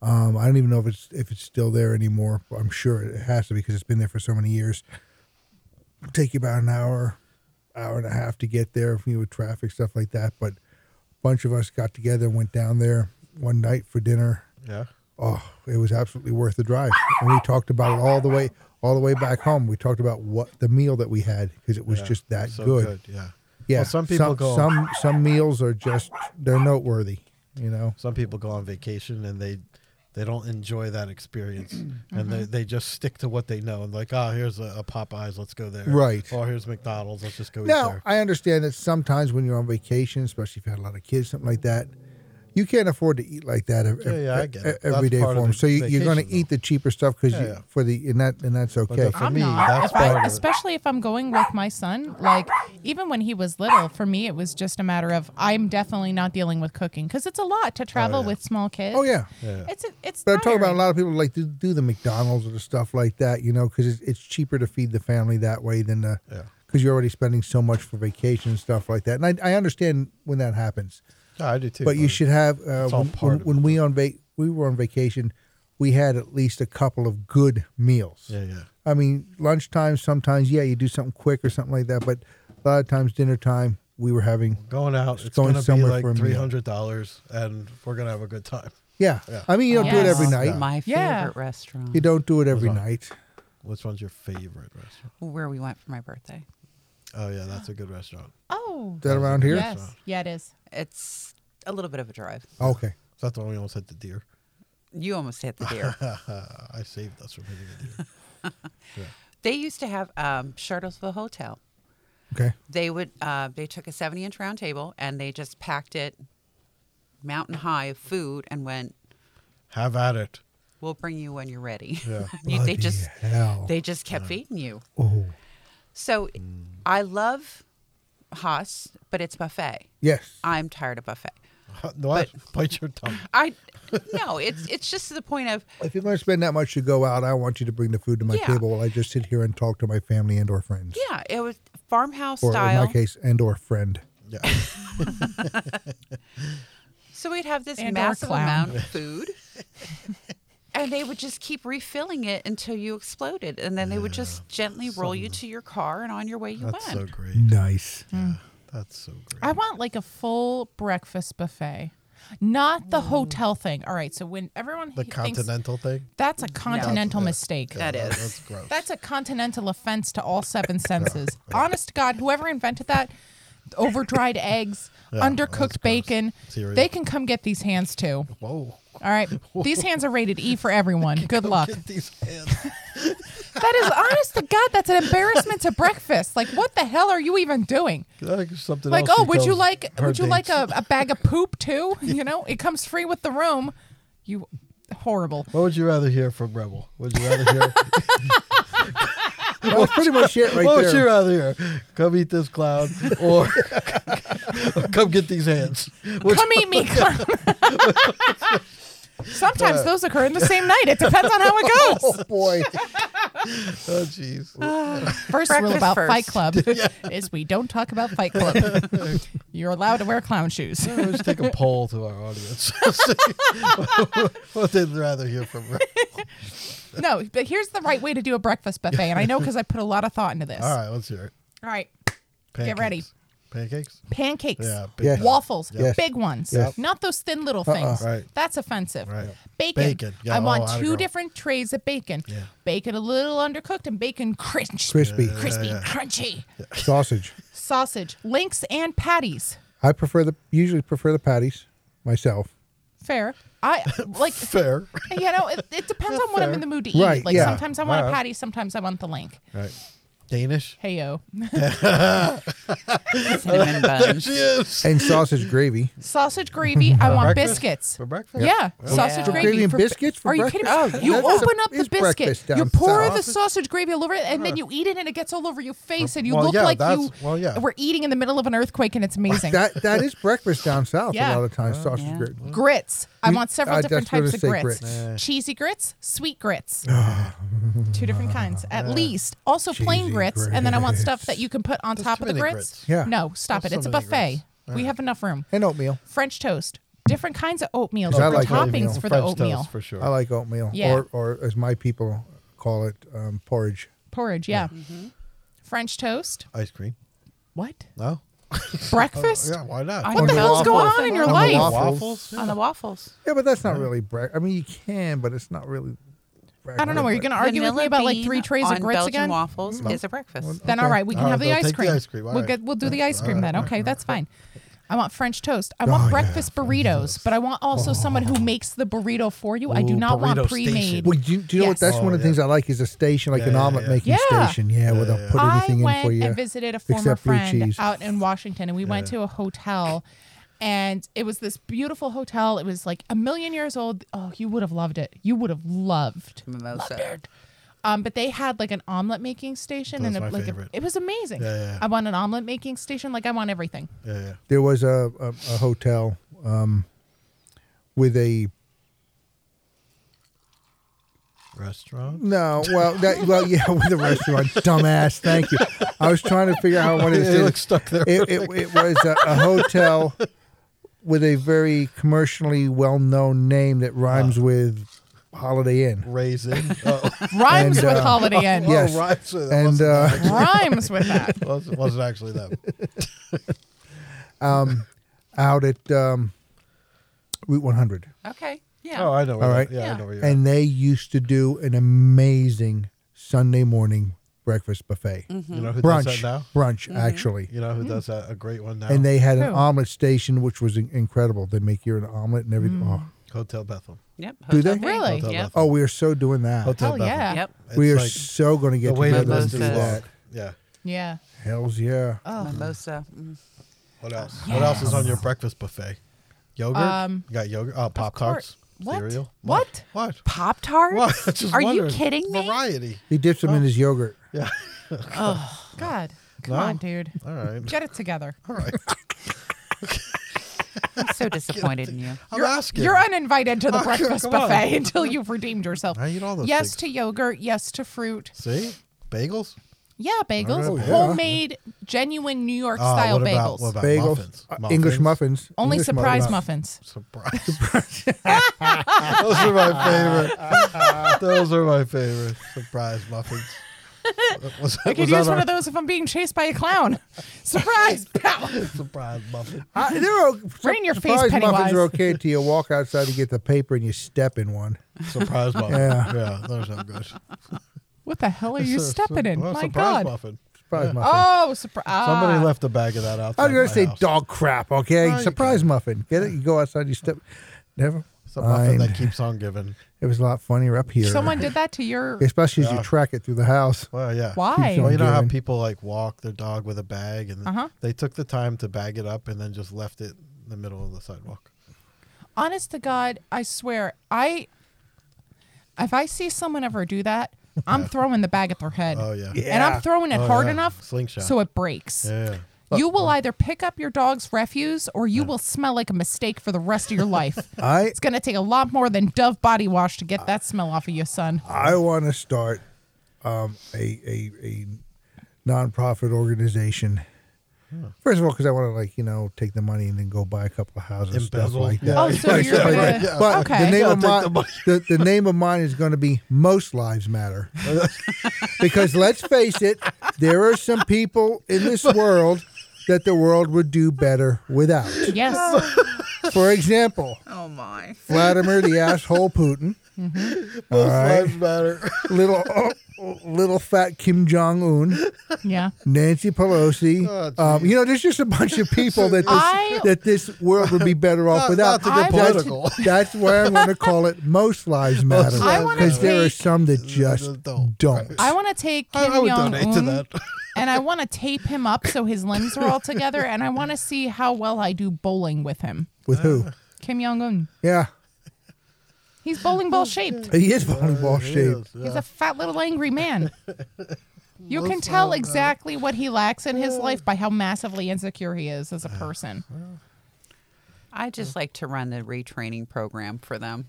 S2: Um, I don't even know if it's if it's still there anymore. But I'm sure it has to because it's been there for so many years. It'll take you about an hour, hour and a half to get there, you know, with traffic stuff like that. But a bunch of us got together and went down there one night for dinner
S4: Yeah.
S2: oh, it was absolutely worth the drive. And we talked about it all the way, all the way back home. We talked about what the meal that we had because it was
S4: Yeah.
S2: just that
S4: So
S2: good.
S4: Yeah.
S2: Yeah,
S4: Well, some people
S2: some,
S4: go.
S2: Some some meals are just they're noteworthy. You know,
S4: some people go on vacation and they they don't enjoy that experience and
S2: Mm-hmm.
S4: they, they just stick to what they know and like oh here's a, a popeyes let's go there
S2: Right.
S4: or here's mcdonald's let's just go eat
S2: Now,
S4: there
S2: I understand that sometimes when you're on vacation, especially if you had a lot of kids, something like that, you can't afford to eat like that ev-
S4: Yeah, yeah, I get it.
S2: ev- every day
S4: That's part
S2: for
S4: of
S2: them.
S4: the
S2: So you, you're going to
S4: vacation,
S2: eat the cheaper stuff because
S4: Yeah, yeah.
S2: for the and that and that's
S4: the
S2: okay.
S4: For
S3: I'm
S4: me,
S3: not.
S4: that's
S3: if I-
S4: part of it.
S3: especially if I'm going with my son. Like even when he was little, for me it was just a matter of I'm definitely not dealing with cooking because it's a lot to travel
S4: Oh, yeah.
S3: with small kids.
S2: Oh yeah.
S4: yeah
S3: it's a, it's.
S2: But I'm talking about a
S3: tiring.
S2: lot of people like to do the McDonald's or the stuff like that, you know, because it's, it's cheaper to feed the family that way than the
S4: Yeah.
S2: because you're already spending so much for vacation and stuff like that. And I, I understand when that happens,
S4: Yeah, i do too
S2: but you should have uh,
S4: all
S2: when,
S4: part
S2: when,
S4: of
S2: when we on va- we were on vacation, we had at least a couple of good meals.
S4: yeah yeah
S2: I mean, lunchtime sometimes, yeah, you do something quick or something like that, but a lot of times dinner time we were having
S4: going out it's,
S2: going
S4: gonna be
S2: somewhere
S4: like
S2: for a meal.
S4: $300 and we're gonna have a good time
S2: yeah. I mean, you don't do it
S3: Yes.
S2: every night.
S5: My favorite
S3: Yeah.
S5: restaurant.
S2: You don't do it every
S4: on.
S2: night.
S4: which one's your favorite restaurant
S5: Where we went for my birthday.
S4: oh yeah that's a good restaurant
S3: Oh.
S2: Is that around here?
S3: Yes. Yeah, it is.
S5: It's a little bit of a drive.
S2: Okay.
S4: is that the one we almost hit the deer Uh,
S5: You almost hit the deer.
S4: i saved us from hitting the deer
S5: they used to have um, Charlottesville Hotel.
S2: Okay.
S5: They would. Uh, they took a seventy-inch round table and they just packed it mountain high of food and went.
S4: have at it
S5: We'll bring you when you're ready.
S4: Yeah.
S5: You- they
S2: Bloody
S5: just
S2: hell.
S5: they just kept feeding you.
S2: Oh. Mm.
S5: So I love Haas, but it's buffet.
S2: Yes.
S5: I'm tired of buffet.
S4: no I- bite your tongue
S5: I no, it's it's just to the point of
S2: If you're going to spend that much to go out, I want you to bring the food to my
S5: Yeah.
S2: table while I just sit here and talk to my family and or friends.
S5: yeah, it was farmhouse
S2: Or
S5: style.
S2: in my case, and or friend.
S4: yeah
S5: So we'd have this
S3: And or
S5: massive
S3: clown.
S5: amount of food. and they would just keep refilling it until you exploded. And then they would just gently roll you to your car and on your way you
S4: that's so
S5: went.
S4: great
S2: Nice.
S4: that's so great
S3: I want like a full breakfast buffet, not the hotel thing. All right. So when everyone
S4: the
S3: he- thinks-
S4: continental thing
S3: that's a continental mistake.
S5: That
S4: Yeah,
S5: is.
S4: that's gross
S3: That's a continental offense to all seven senses. Honest to God, whoever invented that, over dried eggs,
S4: Yeah, that's gross.
S3: undercooked bacon,
S4: Cereal.
S3: they can come get these hands too.
S4: Whoa.
S3: All right. These hands are rated E for everyone. Good luck.
S4: Get these hands.
S3: That is honest to God, that's an embarrassment to breakfast. Like, what the hell are you even doing?
S4: Like something
S3: Like,
S4: else
S3: oh,
S4: that
S3: would you
S4: comes-
S3: like
S4: her
S3: would you like
S4: dates.
S3: a, a bag of poop too? You know, it comes free with the room. You horrible.
S4: What would you rather hear from Rebel? Would you rather hear?
S2: Well, that's pretty much it right
S4: what would you
S2: there.
S4: rather hear? Come eat this clown, or come get these hands. Which,
S3: Come eat me. Come.
S4: Uh,
S3: Sometimes those occur in the same night. It depends on how it goes.
S2: Oh boy.
S4: oh, jeez.
S3: Ah. First rule
S5: Breakfast
S3: about
S5: first.
S3: Fight Club is we don't talk about Fight Club. You're allowed to wear clown shoes.
S4: Let's take a poll to our audience. what they'd rather hear from Rebel.
S3: No, but here's the right way to do a breakfast buffet, and I know because I put a lot of thought into this.
S4: All right, let's hear it.
S3: All right.
S4: Pancakes.
S3: ready.
S4: Pancakes.
S3: Pancakes.
S4: Yeah.
S2: Yes.
S4: time. Uh-uh.
S3: Waffles,
S2: Yes.
S3: big ones,
S2: Yes.
S3: not those thin little things.
S4: Right.
S3: That's offensive.
S4: Right.
S3: Bacon.
S4: Bacon. Yeah,
S3: I
S4: oh,
S3: want
S4: I
S3: two
S4: agree.
S3: different trays of bacon.
S4: Yeah.
S3: Bacon a little undercooked and bacon cringe,
S2: Crispy.
S3: crispy,
S4: yeah.
S3: crunchy.
S2: Sausage.
S3: Sausage, links, and patties.
S2: I prefer the usually prefer the patties myself.
S3: Fair. I like.
S4: Fair.
S3: You know, it, it depends on what I'm in the mood to eat.
S2: Right,
S3: Like
S2: yeah.
S3: sometimes I want a
S4: Alright.
S3: patty, sometimes I want the link.
S4: Right. Danish.
S3: Heyo.
S5: cinnamon buns.
S4: Yes.
S2: and sausage gravy.
S3: Sausage gravy. I want
S4: breakfast?
S3: biscuits.
S4: For breakfast?
S3: Yeah, sausage
S5: For
S3: gravy,
S2: gravy and
S3: for-
S2: biscuits for
S3: are you kidding me?
S2: breakfast?
S3: Oh, you
S2: That's a-
S3: open up
S2: is
S3: the biscuit,
S2: breakfast
S3: you
S2: down
S3: pour
S2: south. Uh-huh.
S3: the sausage gravy all over it, and then you eat it, and it gets all over your face, and you
S4: Well,
S3: look
S4: yeah,
S3: like
S4: that's-
S3: you
S4: well, yeah.
S3: were eating in the middle of an earthquake, and it's amazing.
S2: That that is breakfast down south a
S3: Yeah.
S2: lot of times. Sausage
S5: yeah.
S2: gravy.
S3: grits. I
S2: You-
S3: want several
S2: Mm, I
S3: different
S2: just wanted
S3: types
S2: to
S3: of
S2: say
S3: grits.
S2: grits.
S3: Cheesy grits, sweet grits. Two different kinds, at least. Also plain
S2: Cheesy
S3: grits, and then I want
S2: grits.
S3: stuff that you can put on
S4: There's
S3: top
S4: too
S3: of the
S4: many
S3: grits.
S4: grits.
S2: Yeah.
S3: No, stop
S4: There's
S3: it.
S4: so
S3: It's a
S4: many
S3: buffet.
S4: grits. All
S3: We
S4: right.
S3: have enough room.
S2: And oatmeal.
S3: French toast, different kinds of oatmeal,
S2: 'Cause I
S3: different
S2: like
S3: toppings
S2: oatmeal.
S3: for
S4: French
S3: the oatmeal.
S4: toast for sure.
S2: I like oatmeal,
S3: Yeah.
S2: or or as my people call it, um, porridge.
S3: Porridge, yeah.
S5: Mm-hmm.
S3: French toast.
S4: Ice cream.
S3: What?
S4: No.
S5: Oh,
S3: Breakfast?
S4: Yeah. Why not?
S3: What
S2: On
S3: the
S2: the
S3: hell's going
S2: waffles.
S3: on in your
S4: Uh-huh.
S2: On the
S3: life?
S2: waffles.
S4: Waffles.
S5: On the waffles.
S2: Yeah, but that's not really breakfast. I mean, you can, but it's not really. breakfast.
S3: I don't know. Are you going to argue with
S5: Vanilla
S3: me about like
S5: bean
S3: three trays
S5: on
S3: of grits
S5: Belgian
S3: again?
S5: waffles is a breakfast.
S3: Then
S2: Okay.
S3: all right, we can
S4: All right,
S3: have the
S4: they'll
S3: ice
S4: take the
S3: cream.
S4: ice cream, all
S3: We'll
S4: right.
S3: get we'll do the ice cream then. Okay, that's fine. I want French toast. I
S2: Oh,
S3: want
S2: yeah,
S3: breakfast burritos, but I want also someone who makes the burrito for you. I do
S4: Ooh,
S3: not want
S4: burrito
S3: pre-made.
S4: station.
S2: Well, do you, do you know what?
S3: Yes.
S2: That's
S4: Oh,
S2: one of the
S4: yeah.
S2: things I like is a station, like
S4: Yeah,
S2: an
S4: yeah,
S2: omelet
S4: yeah.
S2: making
S3: Yeah.
S2: station. Yeah, where they'll put
S3: I
S2: everything in
S3: went
S2: for you.
S3: and visited a former
S2: except blue
S3: friend
S2: cheese.
S3: out in Washington, and we went to a hotel, and it was this beautiful hotel. It was like a million years old. Oh, you would have loved it. You would have loved.
S5: Mimosa.
S3: Um, but they had like an omelet making station,
S4: That's
S3: and
S4: my
S3: it, like a-
S4: favorite.
S3: it was amazing.
S4: Yeah, yeah.
S3: I want an omelet making station. Like I want everything.
S4: Yeah. yeah.
S2: there was a, a, a hotel um, with a
S4: Restaurant.
S2: no. Well, that, well, yeah, with a restaurant. Dumbass. Thank you. I was trying to figure out how I wanted to
S4: Yeah,
S2: say
S4: you
S2: this.
S4: look stuck there.
S2: It, it, it was a, a hotel with a very commercially well-known name that rhymes with Holiday Inn.
S4: Raisin. Oh,
S3: Rhymes
S2: And,
S3: with
S2: uh,
S3: Holiday Inn.
S2: yeah. Yes.
S4: oh right. So that
S2: And,
S4: wasn't,
S2: uh,
S4: actually,
S3: Rhymes with that.
S4: wasn't, wasn't actually them.
S2: out at um, Route 100.
S5: Okay. Yeah.
S4: Oh, I know. Where
S2: All
S4: that-
S2: right.
S4: Yeah,
S5: Yeah.
S4: I know where you're.
S2: And they used to do an amazing Sunday morning breakfast buffet.
S3: Mm.
S4: at. you know who does
S2: Brunch.
S4: that now?
S2: Brunch, actually.
S4: You know who does that? A great one now.
S2: And they had an
S3: Mm-hmm. Who?
S2: omelet station, which was in- incredible. They make you an omelet and everything. Oh.
S3: Mm.
S4: Hotel Bethel.
S5: Yep.
S2: Do they?
S5: Hotel Bethel.
S3: Really?
S4: Hotel
S5: Yep.
S4: Bethel.
S2: oh, we are so doing that.
S4: Hotel
S3: Hell
S4: Bethel.
S3: yeah.
S5: Yep.
S2: we are
S4: It's like
S2: so going to
S4: the
S2: get
S4: way
S2: together
S4: that
S2: and
S4: those
S2: do
S4: do
S2: that.
S4: that. Yeah.
S3: Yeah.
S2: Hells yeah.
S3: Oh.
S5: Mimosa. Mm.
S4: What else? What else is on your breakfast buffet? Yogurt.
S3: Um,
S4: you got yogurt. Oh, pop
S3: course.
S4: tarts.
S3: What?
S4: Cereal.
S3: What?
S4: What?
S5: Pop
S4: What?
S5: tarts?
S4: Just
S5: Are you
S4: wondering.
S5: kidding me?
S4: Variety.
S2: He dips
S3: Oh.
S2: them in his yogurt.
S3: God. Come
S4: No.
S3: on, dude.
S4: All right.
S3: Get it together.
S4: All right.
S5: I'm so disappointed in you.
S4: I'm asking.
S3: You're uninvited to the
S4: Oh,
S3: breakfast
S4: come on.
S3: buffet until you've redeemed yourself.
S4: I eat all those
S3: Yes
S4: things.
S3: to yogurt. Yes to fruit.
S4: See? Bagels?
S3: Yeah, bagels.
S2: Oh, yeah.
S3: Homemade, genuine New York
S4: Ah,
S3: style
S4: what about-
S3: bagels.
S4: what about
S2: Bagels.
S4: muffins?
S2: uh, English muffins.
S3: Only
S2: English
S3: surprise
S2: muffins.
S3: muffins.
S4: Surprise. Those are my favorite. Those are my favorite. Surprise muffins. Was that,
S3: I
S4: was
S3: could
S4: that uh,
S3: use one
S4: our
S3: of those if I'm being chased by a clown. surprise! Pow.
S4: surprise muffin?
S2: I, they're o-
S3: Right in your face,
S2: surprise muffins
S3: Pennywise.
S2: are okay until you walk outside to get the paper and you step in one.
S4: Surprise muffin.
S2: Yeah.
S4: Yeah, those are good.
S3: What the hell are you
S4: Sur-
S3: stepping in?
S4: well,
S3: My
S4: surprise
S3: God.
S4: muffin.
S2: Surprise muffin.
S3: Oh, surprise.
S4: Somebody left a bag of that out.
S2: I was gonna
S4: my
S2: say
S4: house.
S2: dog crap, okay?
S4: No, you
S2: Surprise
S4: can't.
S2: muffin. Get it? You go outside, you step. Never.
S4: It's a muffin
S2: mind.
S4: that keeps on giving.
S2: It was a lot funnier up here.
S3: Someone did that to your.
S2: especially as you
S4: Yeah.
S2: track it through the house.
S4: Well, yeah.
S3: Why?
S4: Well, you know how
S2: Giving.
S4: people like walk their dog with a bag, and
S3: Uh-huh.
S4: they took the time to bag it up and then just left it in the middle of the sidewalk.
S3: honest to God, I swear, I if I see someone ever do that, I'm throwing the bag at their head.
S4: Oh yeah.
S3: And
S2: Yeah.
S3: I'm throwing it
S4: Oh,
S3: hard
S4: yeah.
S3: enough
S4: Slingshot.
S3: so it breaks.
S4: Yeah.
S3: You will either pick up your dog's refuse or you will smell like a mistake for the rest of your life.
S2: I
S3: it's going to take a lot more than Dove body wash to get that smell off of you, son.
S2: I want to start um, a, a a nonprofit organization.
S4: Hmm.
S2: First of all, because I want to like you know take the money and then go buy a couple of houses and stuff
S4: Embezzle.
S2: like that.
S4: Yeah.
S3: Oh, so you're going
S2: But-
S3: to.
S2: But the
S3: Okay.
S2: name
S4: Yeah,
S2: of
S4: take
S2: my,
S4: the
S2: the,
S4: money.
S2: the name of mine is going to be most lives matter, because let's face it, there are some people in this world that the world would do better without.
S3: Yes.
S2: For example,
S5: Oh, my.
S2: Vladimir the asshole Putin,
S4: Most lives matter.
S2: little little fat Kim Jong Un,
S3: Yeah.
S2: Nancy Pelosi.
S4: Oh,
S2: um, you know, there's just a bunch of people that this,
S3: I-
S2: that this world would be better off
S4: Not-
S2: without.
S4: not
S3: to get
S2: That's-
S4: political.
S2: That's, why I'm going to call it most lives matter
S4: I
S3: wanna
S2: because there are
S3: take-
S2: some that just
S4: Don't.
S2: don't.
S3: I want to take
S4: I,
S3: Kim
S4: I would
S3: Jong
S4: donate to
S3: Un
S4: that.
S3: and I want to tape him up so his limbs are all together, and I want to see how well I do bowling with him.
S2: With who?
S3: Kim Jong Un.
S2: Yeah,
S3: He's bowling ball shaped.
S2: he is
S4: Uh,
S2: volleyball shaped.
S3: He's a fat little angry man. You can tell exactly what he lacks in his life by how massively insecure he is as a person.
S5: I just like to run the retraining program for them.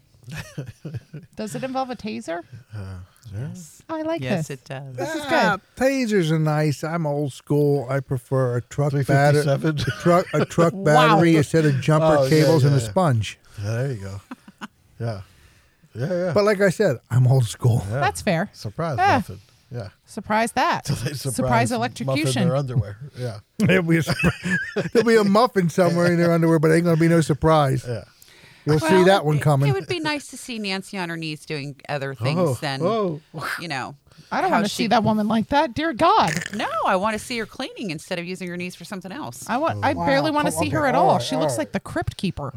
S3: Does it involve a taser? Uh, Yes. I like
S5: Yes,
S3: this.
S5: it does.
S3: This is
S2: Ah,
S3: good.
S2: tasers are nice. I'm old school. I prefer a truck battery, a
S4: 357.
S2: truck, a truck battery, a set of jumper
S4: Oh, yeah,
S2: cables, and
S4: yeah,
S2: a
S4: yeah.
S2: sponge.
S4: Yeah, there you go. Yeah. Yeah, yeah.
S2: But like I said, I'm old school.
S4: yeah.
S3: That's fair.
S4: surprise
S3: Yeah.
S4: muffin. Yeah.
S3: Surprise that.
S4: So they surprise,
S3: Surprise
S4: Muffin
S3: electrocution.
S4: their underwear. Yeah.
S2: There'll be, a, surpri- there'll be a muffin somewhere in their underwear, but ain't gonna be no surprise.
S4: Yeah.
S2: You'll
S5: Well,
S2: see that one
S5: it-
S2: coming.
S5: It would be nice to see Nancy on her knees doing other things
S4: Oh,
S5: than,
S4: oh.
S5: you know.
S3: I don't
S5: how
S3: want to
S5: she-
S3: see that woman like that. Dear God.
S5: No, I want to see her cleaning instead of using her knees for something else.
S3: I want. I barely want to see her at Oh, all. She looks like the crypt keeper.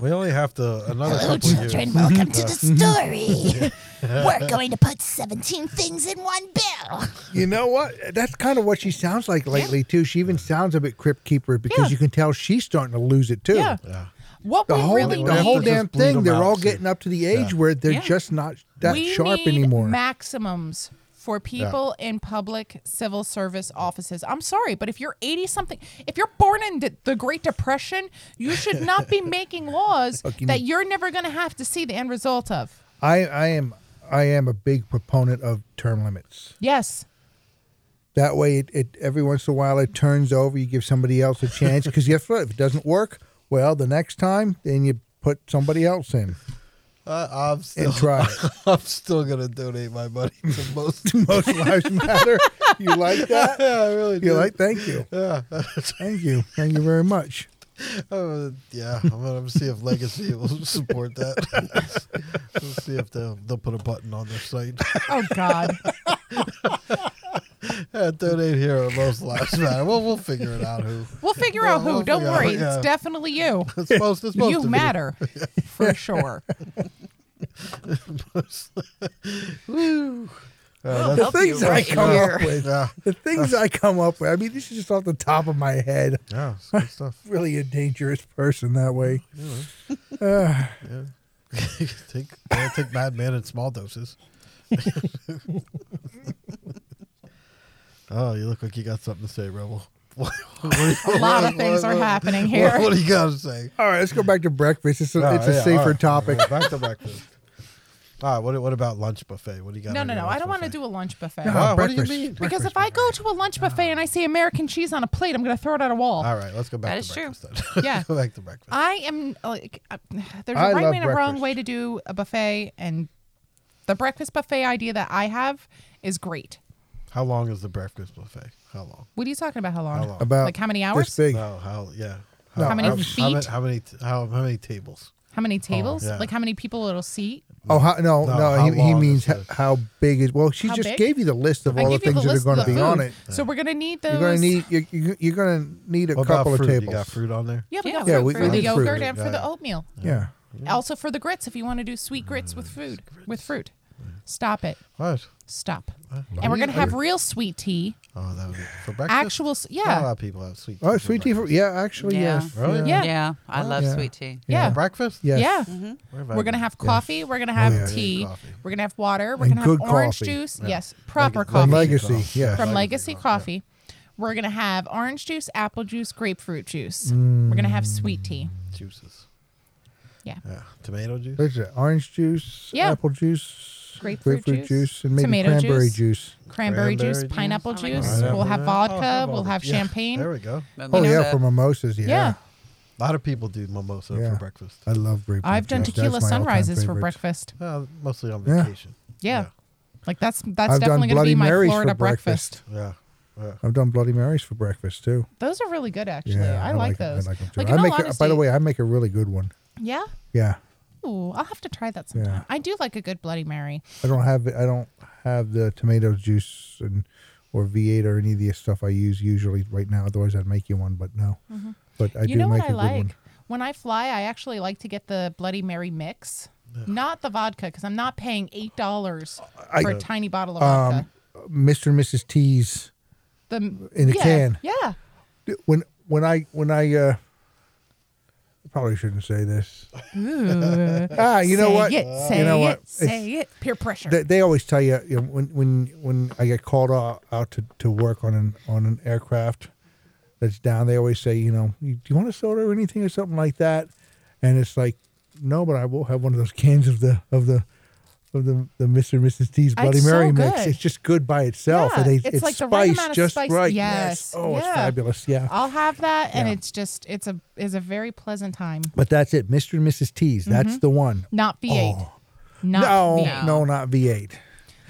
S4: We only have to another
S1: Hello,
S4: couple of
S1: children.
S4: years.
S1: Welcome to the story. We're going to put 17 things in one bill.
S2: you know what? That's kind of what she sounds like lately too. She even sounds a bit crypt keeper because
S3: Yeah.
S2: you can tell she's starting to lose it too.
S3: Yeah.
S4: Yeah.
S3: What
S2: The
S3: we
S2: whole
S3: really
S2: the
S3: need,
S2: whole
S4: Just bleed
S2: damn
S4: them
S2: thing, they're
S4: out,
S2: all
S4: see.
S2: getting up to the age where they're
S5: Yeah.
S2: just not that
S3: we
S2: sharp
S3: need
S2: anymore.
S3: maximums for people in public civil service offices. I'm sorry, but if you're 80 something, if you're born in de- the Great Depression, you should not be making laws
S2: Fucking-
S3: that you're never going to have to see the end result of.
S2: I, I am I am a big proponent of term limits.
S3: Yes.
S2: That way, it, it every once in a while it turns over. You give somebody else a chance because guess what? If it doesn't work, well, the next time then you put somebody else in
S4: Uh, I'm still
S2: and try it.
S4: I'm still gonna donate my money to most
S2: Most lives matter. You like that?
S4: Yeah, I really do.
S2: You like? Thank you. Thank you. Thank you very much.
S4: Uh, yeah, I'm gonna see if Legacy will support that. we'll see if they'll they'll put a button on their site.
S3: Oh God.
S4: yeah, donate here or most lives matter. Well, we'll figure it out who.
S3: We'll figure out who.
S4: We'll
S3: Don't
S4: figure out,
S3: worry.
S4: yeah.
S3: It's definitely you.
S4: It's supposed, it's supposed
S3: You
S4: to
S3: matter for sure. Oh,
S4: Be.
S2: The
S4: Uh, that's,
S5: Help you
S2: things I
S5: right
S2: come
S5: here.
S2: up with.
S4: yeah,
S2: The things I come up with. I mean, this is just off the top of my head.
S4: yeah, it's good stuff.
S2: Really a dangerous person that way.
S4: take yeah, take Madman in small doses. oh, you look like you got something to say, Rebel. What- what-
S3: A lot of
S4: what-
S3: things are
S4: what-
S3: happening
S4: what-
S3: here.
S4: What do you got to say?
S2: All right, let's go back to breakfast. It's a,
S4: Ah,
S2: it's a
S4: yeah, all
S2: safer
S4: right.
S2: topic.
S4: All right, back to breakfast. All right, what, what about lunch buffet? What do you got?
S3: No,
S4: on
S3: no,
S4: your
S3: no.
S4: lunch
S3: I don't want to
S4: buffet?
S3: do a lunch buffet.
S2: No,
S4: Wow, what do you
S2: breakfast.
S4: mean?
S3: Because if I go to a lunch buffet and I see American cheese on a plate, I'm going to throw it at a wall.
S4: All right, let's go back
S5: That
S4: to
S5: is true.
S4: breakfast then.
S3: Yeah. Uh,
S4: go back to breakfast.
S3: I am like, uh, there's
S2: I
S3: a right
S2: love
S3: way and a wrong
S2: breakfast.
S3: way to do a buffet, and the breakfast buffet idea that I have is great.
S4: How long is the breakfast buffet? How long?
S3: What are you talking about? How long?
S4: How long?
S2: About
S3: like how many
S2: This
S3: hours?
S2: big.
S4: No, how yeah.
S2: No, How
S3: many
S4: how, How many,
S3: feet?
S4: how many t- how, how many tables?
S3: How many tables?
S4: yeah.
S3: Like how many people it'll seat?
S2: Oh how, no,
S4: No,
S2: no,
S4: how
S2: he, he
S4: long
S2: means
S4: is
S2: ho-
S4: it?
S2: how big is. Well, she
S3: How
S2: just
S3: big?
S2: gave you the list of
S3: I
S2: all the
S3: give
S2: things
S3: you the
S2: that are
S3: list
S2: going to
S3: of the
S2: be
S3: food.
S2: on it.
S3: So we're gonna need those.
S2: You're going to need you, you, you're going to need a
S4: What
S2: couple
S4: about
S2: of
S4: fruit?
S2: tables.
S4: You got fruit on there?
S3: Yeah, we
S5: Yeah,
S3: got
S5: yeah,
S3: fruit
S2: we-
S3: for
S2: we
S3: the
S2: need fruit. Mm-hmm.
S3: yogurt and for the
S4: Yeah.
S3: oatmeal.
S2: Yeah.
S3: Also for the grits if you want to do sweet
S2: Mm-hmm.
S3: grits with food. With fruit. Stop it.
S4: What?
S3: Stop. And we're gonna have real sweet tea.
S4: Oh, that would be for breakfast.
S3: Actual s-
S4: Not a
S3: yeah.
S4: lot of people have sweet.
S2: Oh,
S4: for
S2: sweet tea. For,
S4: breakfast.
S2: yeah, actually,
S5: Yeah.
S2: yes.
S4: Really?
S2: Yeah.
S3: Yeah.
S5: Yeah, I love
S2: Oh, yeah.
S5: sweet tea.
S3: Yeah.
S4: For breakfast?
S2: Yes. Oh,
S3: Yeah.
S4: Where have I
S3: We're gonna
S4: been?
S3: have coffee. We're gonna have
S2: yeah.
S3: tea.
S4: Coffee.
S3: We're gonna have water. We're
S2: And
S3: gonna have
S2: good
S3: orange
S2: coffee.
S3: juice. Yes, proper
S2: The
S3: coffee
S2: legacy. Yeah.
S3: from Legacy Coffee. We're gonna have orange juice, apple juice, grapefruit juice.
S2: Mm.
S3: We're gonna have sweet tea.
S4: juices.
S3: Yeah,
S4: Yeah. Tomato juice.
S2: What is it? Mm. Orange juice,
S3: Yeah.
S2: apple juice,
S3: Grapefruit
S2: juice.
S3: juice,
S2: and maybe
S3: tomato
S2: cranberry
S3: juice.
S2: juice.
S3: cranberry,
S4: Cranberry
S3: juice,
S4: juice.
S3: pineapple
S5: Oh my God.
S3: juice. We'll have
S4: Yeah.
S3: vodka.
S4: Oh, have all
S3: we'll
S4: the-
S3: have
S4: yeah.
S3: champagne.
S4: There we go.
S2: Oh,
S5: Mimosa.
S2: yeah, for mimosas. Yeah.
S3: Yeah.
S4: A lot of people do mimosa
S2: Yeah.
S4: for breakfast.
S2: I love grapefruit
S3: I've done
S2: juice. That's
S3: tequila
S2: my all-time
S3: sunrises for
S2: favorites.
S3: breakfast.
S4: Uh, mostly on
S2: Yeah.
S4: vacation.
S3: Yeah.
S4: Yeah.
S3: like that's that's
S2: I've done
S3: definitely gonna
S2: Bloody
S3: be my
S2: Marys for
S3: Florida
S2: breakfast.
S3: breakfast.
S4: Yeah. Yeah.
S2: I've done Bloody Marys for breakfast too.
S3: Those are really good, actually.
S2: yeah,
S3: I, like, those.
S2: I like them too.
S3: Like,
S2: I
S3: in
S2: make
S3: all
S2: a- by the
S3: honesty-
S2: way, I make a really good one.
S3: yeah.
S2: Yeah.
S3: Ooh, I'll have to try that sometime.
S2: Yeah.
S3: I do like a good Bloody Mary.
S2: I don't have I don't have the tomato juice and or V8 or any of the stuff I use usually right now. Otherwise, I'd make you one, but no. But I
S3: Mm-hmm. you
S2: do
S3: know
S2: make a
S3: what I
S2: good one.
S3: like? When I fly, I actually like to get the Bloody Mary mix, not the vodka, because I'm not paying eight dollars
S2: I-
S3: for a tiny bottle of vodka.
S2: Mr. and Mrs. T's.
S3: the
S2: in a
S3: yeah,
S2: can.
S3: Yeah.
S2: When when I when I uh, probably shouldn't say this. ah, you know
S3: Say
S2: what?
S3: It, say
S2: you know
S3: it,
S2: what? It's-
S3: Say it. Peer pressure.
S2: They, they always tell you, you know, when when when I get called out, out to, to work on an on an aircraft that's down, they always say, you know, do you want a soda or anything or something like that? And it's like, no, but I will have one of those cans of the of the of the, the Mr. and Mrs. T's Bloody
S3: It's so
S2: Mary mix.
S3: good.
S2: It's just good by itself.
S3: Yeah,
S2: and they,
S3: it's like the
S2: spiced
S3: right amount of
S2: just
S3: spice.
S2: right.
S3: Yes,
S2: Oh, it's
S3: yeah.
S2: fabulous. Yeah.
S3: I'll have that, and
S2: Yeah.
S3: it's just it's a is a very pleasant time.
S2: But that's it, Mr. and Mrs. T's.
S3: Mm-hmm.
S2: That's the one.
S3: Not V8.
S2: Oh.
S3: Not
S2: no,
S3: V8.
S2: no, not V8.
S3: I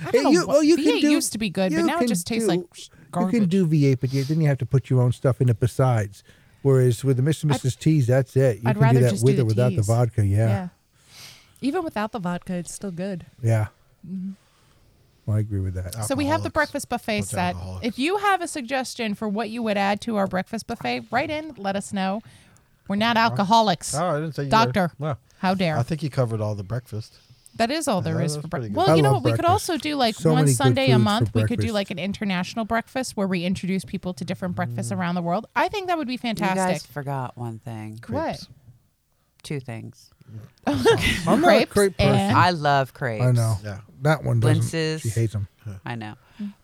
S2: Yeah,
S3: don't know
S2: you-
S3: what-
S2: well, you can
S3: V8
S2: do-
S3: used to be good, but
S2: you
S3: now
S2: can
S3: it just tastes like
S2: do-
S3: sh-
S2: You
S3: garbage.
S2: can do V8, but you, then you have to put your own stuff in it besides. Whereas with the Mr. and Mrs. T's, that's it. You
S3: I'd
S2: can
S3: rather
S2: do that
S3: just do
S2: with
S3: the
S2: or without the
S3: teas.
S2: vodka.
S3: yeah.
S2: Yeah.
S3: Even without the vodka, it's still good.
S2: Yeah.
S3: Mm-hmm.
S2: Well, I agree with that.
S3: So we have the
S4: Alcoholics.
S3: breakfast buffet
S4: Bunch of
S3: set.
S4: alcoholics.
S3: If you have a suggestion for what you would add to our breakfast buffet, write in. Let us know. We're not alcoholics.
S4: Oh, I didn't say you were-
S3: Doctor.
S4: Wow.
S3: How dare?
S4: I think you covered all the breakfast.
S3: That is all there
S4: that
S3: is
S4: was
S3: for breakfast.
S4: pretty
S3: Well,
S4: good.
S2: I
S3: you know
S2: love
S3: what? We could
S2: breakfast.
S3: also do like
S2: So
S3: one
S2: many good
S3: Sunday a
S2: foods for
S3: month. We could do
S2: breakfast.
S3: like an international breakfast where we introduce people to different breakfasts
S2: Mm.
S3: around the world. I think that would be
S5: You guys
S3: fantastic.
S5: forgot one thing.
S3: What?
S5: Two things.
S2: I'm not a
S3: Crepes
S2: crepe person.
S3: and-
S5: I love crepes.
S2: I know.
S4: Yeah.
S2: That one doesn't.
S5: Blintzes.
S2: She hates them.
S5: I know.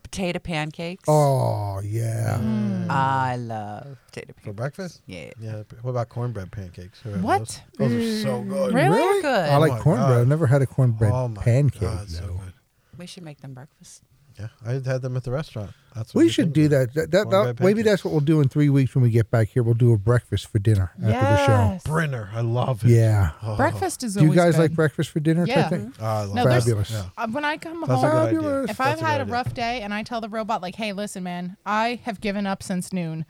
S5: Potato pancakes.
S2: Oh, yeah.
S3: Mm.
S5: I love potato
S4: For
S5: pancakes.
S4: breakfast?
S5: Yeah.
S4: Yeah. What about cornbread pancakes? Who had
S3: What? Mm.
S4: Those, Those are so good.
S3: Really?
S5: Good.
S2: I like
S4: Oh my
S2: cornbread.
S4: God.
S2: I've never had a cornbread
S4: Oh my
S2: pancake.
S4: God, so
S2: though.
S4: good.
S5: We should make them breakfast.
S4: Yeah, I had them at the restaurant. That's what
S2: We
S4: you
S2: should
S4: think
S2: do
S4: of it.
S2: that. That, that,
S4: Cornbread
S2: that- maybe
S4: pancakes.
S2: that's what we'll do in three weeks when we get back here. We'll do a breakfast for dinner after the show.
S3: Yes.
S4: Brinner, I love it.
S2: Yeah.
S4: Oh,
S3: Breakfast is
S2: Do you
S3: always
S2: guys like
S3: good.
S2: breakfast for dinner?
S3: Yeah. Mm-hmm.
S2: Type thing?
S4: oh, I love
S3: No,
S4: it.
S3: there's-
S2: Fabulous.
S4: Yeah.
S3: Uh, When I come
S4: That's a
S3: home,
S4: good idea.
S2: Fabulous.
S3: if
S4: That's
S3: I've
S4: a good
S3: had a
S4: idea.
S3: rough day and I tell the robot like, "Hey, listen, man, I have given up since noon.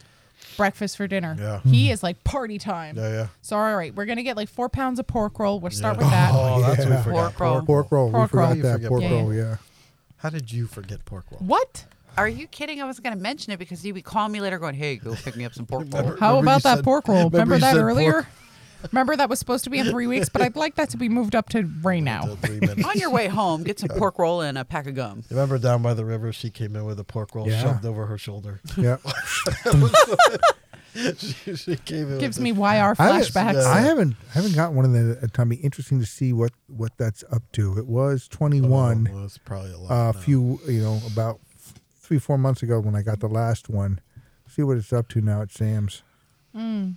S3: Breakfast for dinner."
S4: Yeah. Hmm.
S3: He is like party time.
S4: Yeah, yeah.
S3: So all right, we're gonna get like four pounds of pork roll. We'll start
S4: Yeah.
S3: with that.
S4: Oh, that's what
S2: Yeah.
S4: we forgot.
S5: Pork roll.
S2: Pork roll.
S3: Pork
S2: we forgot
S3: roll.
S4: You
S2: that.
S4: forget
S2: Pork
S4: pork
S2: roll, yeah.
S4: How did you forget pork roll?
S3: What?
S5: Are you kidding? I was going to mention it because you would call me later going, hey, go pick me up some pork roll.
S4: Remember-
S3: How
S4: remember you
S3: about that
S4: said-
S3: pork roll?
S4: remember
S3: Remember,
S4: you
S3: that
S4: said
S3: earlier?
S4: pork-
S3: Remember that was supposed to be in three weeks, but I'd like that to be moved up to right now.
S4: The three minutes.
S5: On your way home, get some pork roll and a pack of gum.
S4: Remember down by the river, she came in with a pork roll
S2: Yeah.
S4: shoved over her shoulder.
S2: Yeah.
S4: she, she came in.
S3: Gives
S4: with
S3: me YR
S2: I haven't-
S3: flashbacks.
S2: I haven't I haven't got one of the uh, Tommy. Interesting to see what what that's up to. It was 21
S4: Oh,
S3: Oh,
S4: Well, it's probably a lot.
S2: a
S4: now.
S2: few, you know, about f- 3 4 months ago when I got the last one. See what it's up to now at Sam's.
S3: yeah,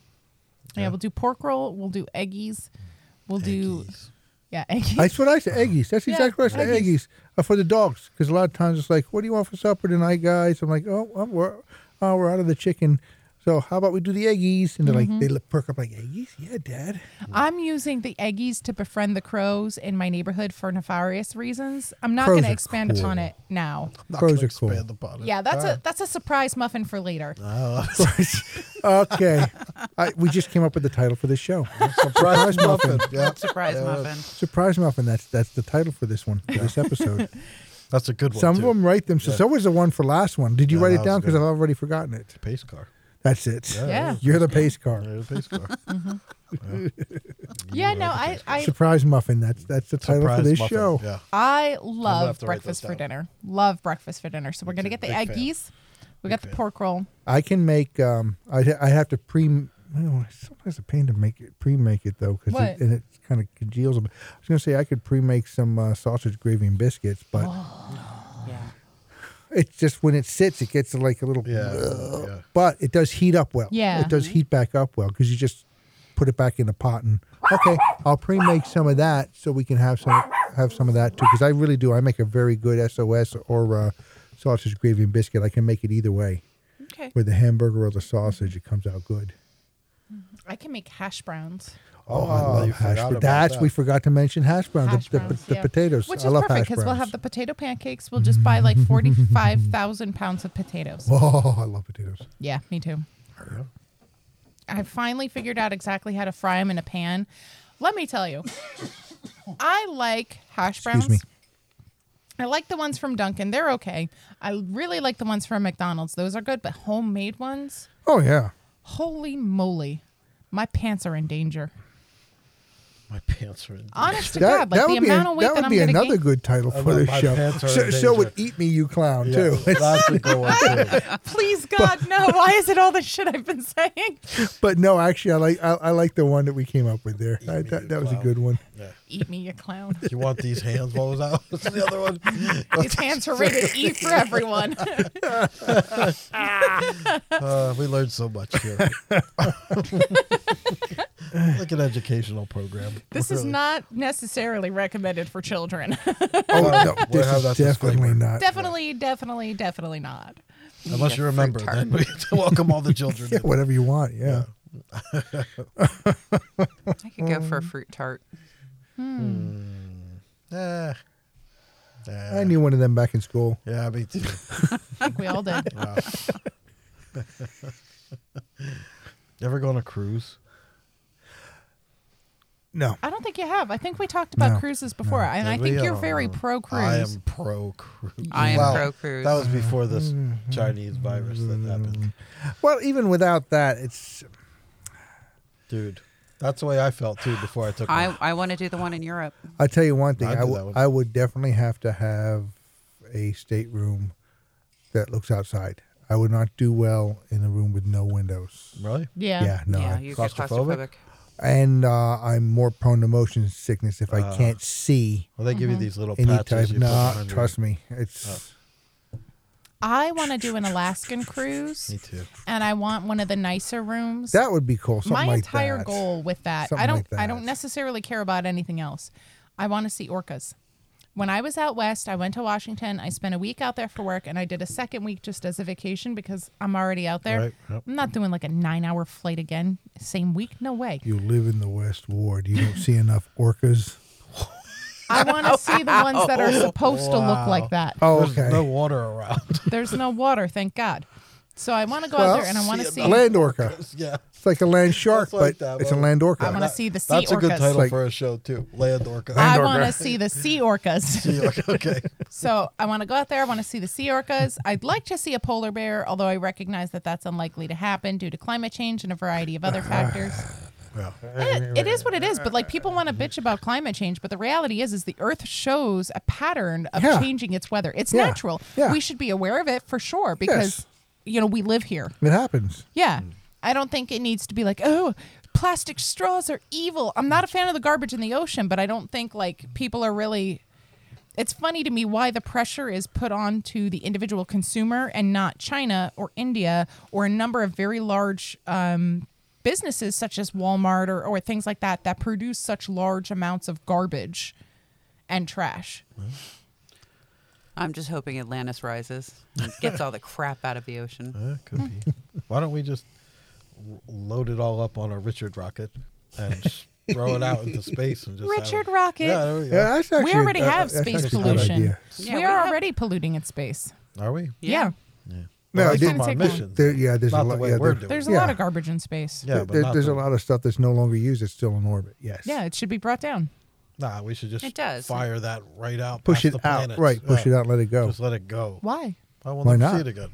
S3: we'll do pork roll. We'll do eggies. We'll do
S4: Yankees.
S3: yeah eggies.
S2: That's what I said, eggies. That's
S3: Yeah,
S2: exactly what I said, eggies, uh, for the dogs. Because a lot of times it's like, what do you want for supper tonight, guys? I'm like, oh, oh, we're, oh, we're out of the chicken. So how about we do the eggies? And they're like,
S4: Mm-hmm.
S2: they look- perk up like, eggies? Yeah, Dad.
S3: I'm using the eggies to befriend the crows in my neighborhood for nefarious reasons. I'm not
S2: Crows
S3: going to
S2: are
S3: expand upon
S2: cool.
S3: it now.
S4: Not
S2: Crows
S4: gonna
S2: are cool.
S4: expand upon it.
S3: Yeah, that's
S4: All
S3: a that's a surprise muffin for later.
S2: Uh,
S4: right. Oh,
S2: okay. I, we just came up with the title for this show. Surprise muffin.
S4: yeah,
S5: Surprise muffin.
S2: Surprise muffin. That's that's the title for this one, for this episode.
S4: that's a good one.
S2: Some
S4: too.
S2: of them write them. So,
S4: Yeah.
S2: so was the one for last one. Did you
S4: Yeah,
S2: write
S4: that
S2: it
S4: was
S2: down? Because
S4: good.
S2: I've already forgotten it.
S4: pace car.
S2: That's it.
S3: Yeah.
S2: You're the pace car.
S4: They're the pace car.
S3: Yeah, no, I I
S2: Surprise muffin. That's that's the title for
S4: Surprise
S2: this
S4: muffin.
S2: show.
S4: Yeah.
S3: I
S4: gonna
S3: love
S4: have to write those
S3: breakfast for
S4: down.
S3: dinner. Love breakfast for dinner. So we're going to get the
S4: Big fan.
S3: eggies. We got the pork roll.
S2: I can make. Um, I I have to pre. Well, it's sometimes a pain to make it pre-make it though, because
S3: What?
S2: it, and it kind of congeals. a bit. I was gonna say I could pre-make some uh, sausage gravy and biscuits, but
S3: Oh.
S5: Yeah.
S2: it's just when it sits, it gets like a little.
S4: Yeah. yeah.
S2: But it does heat up well.
S3: Yeah.
S2: It does heat back up well because you just put it back in the pot and okay, I'll pre-make some of that so we can have some have some of that too because I really do. I make a very good SOS or uh, sausage gravy and biscuit. I can make it either way
S5: Okay.
S2: with the hamburger or the sausage. It comes out good.
S3: I can make hash browns.
S4: Oh,
S2: I love
S4: you
S2: hash
S4: forgot
S2: browns.
S4: about
S2: That's
S4: that.
S2: we forgot to mention hash browns,
S3: Hash
S2: the,
S3: browns,
S2: the,
S3: yeah.
S2: the potatoes.
S3: Which is
S2: I love
S3: perfect
S2: hash
S3: because we'll
S2: browns.
S3: have the potato pancakes. We'll just buy like 45,000 pounds of potatoes.
S2: Oh, I love potatoes.
S3: Yeah, me too. I finally figured out exactly how to fry them in a pan. Let me tell you, I like hash browns.
S2: me.
S3: I like the ones from Dunkin'. They're okay. I really like the ones from McDonald's. Those are good, but homemade ones,
S2: Oh yeah.
S3: holy moly. My pants are in danger.
S4: My pants are in.
S3: Honest to
S2: That,
S3: God, like
S2: that
S3: the
S2: would be
S3: amount
S2: a,
S3: of weight
S2: that
S3: that,
S2: would
S3: I'm
S2: be
S3: gonna
S2: another
S3: gain.
S2: good title
S4: I
S2: for
S4: know,
S2: this
S4: my
S2: show.
S4: pants are
S2: so,
S4: in
S2: so would
S4: danger.
S2: eat me, you clown
S4: Yeah,
S2: too.
S4: that's a good one too.
S3: Please God, no. Why is it all the shit I've been saying?
S2: But no, actually, I like I, I like the one that we came up with there. I-
S4: me,
S2: that
S4: you
S2: that was a
S4: clown.
S2: good one.
S4: Yeah.
S3: Eat me, you clown.
S4: You want these hands? What was that? What's the other one?
S3: His hands are rated E for everyone.
S4: Uh, we learned so much here. like an educational program.
S3: This is
S4: Really.
S3: not necessarily recommended for children.
S2: Oh no,
S4: we'll
S2: this
S4: have
S2: is
S4: that
S2: definitely
S4: disclaimer.
S2: not.
S3: definitely, definitely, definitely not.
S4: Unless you remember, then we welcome all the children.
S2: Yeah,
S4: in.
S2: whatever you want. Yeah.
S5: I could go for a fruit tart.
S4: Eh. Eh.
S2: I knew one of them back in school.
S4: Yeah, me too.
S3: I think we all did.
S4: Wow. you ever go on a cruise?
S2: No,
S3: I don't think you have. I think we talked about
S2: No,
S3: cruises before, and I
S4: Did we?
S3: think you're
S4: don't
S3: very
S4: remember.
S3: pro cruise.
S4: Mm. I am pro cruise.
S5: I am pro cruise.
S4: That was before this Chinese virus that happened,
S2: well, even without that, it's
S4: dude. That's the way I felt too before I took.
S5: I,
S4: one.
S5: I want to do the one in Europe.
S2: I tell you one thing,
S4: I'd
S2: I
S4: do
S2: w-
S4: that one.
S2: I would definitely have to have a stateroom that looks outside. I would not do well in a room with no windows.
S4: really.
S3: Yeah.
S2: Yeah, no.
S5: yeah,
S2: I-
S5: you get
S4: claustrophobic?
S5: claustrophobic.
S2: and uh, I'm more prone to motion sickness if I can't see
S4: Uh, Well, they give
S3: Mm-hmm.
S4: you these little
S2: any type.
S4: patches. you put Oh.
S2: Nah,
S4: on your-
S2: trust me, it's
S3: I want to do an Alaskan cruise,
S4: Me too.
S3: and I want one of the nicer rooms.
S2: that would be cool. Something
S3: My
S2: like
S3: entire
S2: that.
S3: goal with that, I
S2: Something
S3: don't,
S2: like
S3: I
S2: that.
S3: don't necessarily care about anything else. I want to see orcas. When I was out west, I went to Washington. I spent a week out there for work, and I did a second week just as a vacation because I'm already out there.
S4: Right, yep.
S3: I'm not doing like a nine-hour flight again, same week. No way.
S2: You live in the West Ward. You don't see enough orcas.
S3: I want to see the ones that are supposed to look like that.
S2: Oh,
S4: There's
S2: okay.
S4: no water around.
S3: There's no water, thank God. So I want to go
S2: Well,
S3: out there and I want to see.
S2: a land orca.
S4: yeah.
S2: It's like a land shark,
S4: It's like
S2: but
S4: that,
S2: it's a
S4: but-
S2: land orca.
S3: I want to see the sea
S4: That's a
S3: orcas.
S4: good title
S2: Like-
S4: for a show too. Land orca.
S3: I
S2: orca.
S3: want to see the sea orcas.
S4: okay.
S3: so I want to go out there. I want to see the sea orcas. I'd like to see a polar bear, although I recognize that that's unlikely to happen due to climate change and a variety of other factors.
S4: Well,
S3: It- it is what it is, but like people want to bitch about climate change, but the reality is, is the Earth shows a pattern of
S2: Yeah.
S3: changing its weather. It's
S2: Yeah.
S3: natural.
S2: Yeah.
S3: We should be aware of it for sure because, you know, we live here.
S2: It happens.
S3: Yeah. I don't think it needs to be like, oh, plastic straws are evil. I'm not a fan of the garbage in the ocean, but I don't think like people are really. It's funny to me why the pressure is put on to the individual consumer and not China or India or a number of very large um, businesses such as Walmart or, or things like that that produce such large amounts of garbage and trash.
S5: I'm just hoping Atlantis rises and gets all the crap out of the ocean.
S4: that could be. Why don't we just w- load it all up on a Richard rocket and just throw it out into space and just have
S3: Richard
S4: it-
S3: Rocket.
S4: Yeah, there we go.
S2: Yeah, that's actually
S3: we already
S2: uh,
S3: have
S2: that's
S3: space
S2: actually a good
S3: pollution.
S2: idea.
S5: Yeah,
S3: we
S5: we
S3: are
S5: have-
S3: already polluting in space.
S4: Are we?
S5: Yeah.
S3: yeah.
S4: Yeah.
S2: No,
S4: Well,
S2: it
S4: that's
S2: didn't
S4: from our
S3: take long.
S4: missions.
S2: There- yeah, there's a
S4: not
S2: lot-
S4: the way
S2: yeah,
S4: we're
S2: there-
S4: doing.
S3: There's
S4: it.
S3: a lot
S2: Yeah.
S3: of garbage in space.
S4: yeah, but
S2: There-
S4: not
S2: there's a
S4: the-
S2: lot of stuff that's no longer used that's still in orbit. Yes.
S3: Yeah, it should be brought down.
S4: Nah, we should just
S5: It does.
S4: fire that right out.
S2: Push
S4: past
S2: it
S4: the
S2: out.
S4: planets.
S2: Right. Push
S4: Yeah.
S2: it out. and Let it go.
S4: Just let it go.
S3: Why?
S4: I will
S2: Why
S4: never
S2: not?
S4: see it again.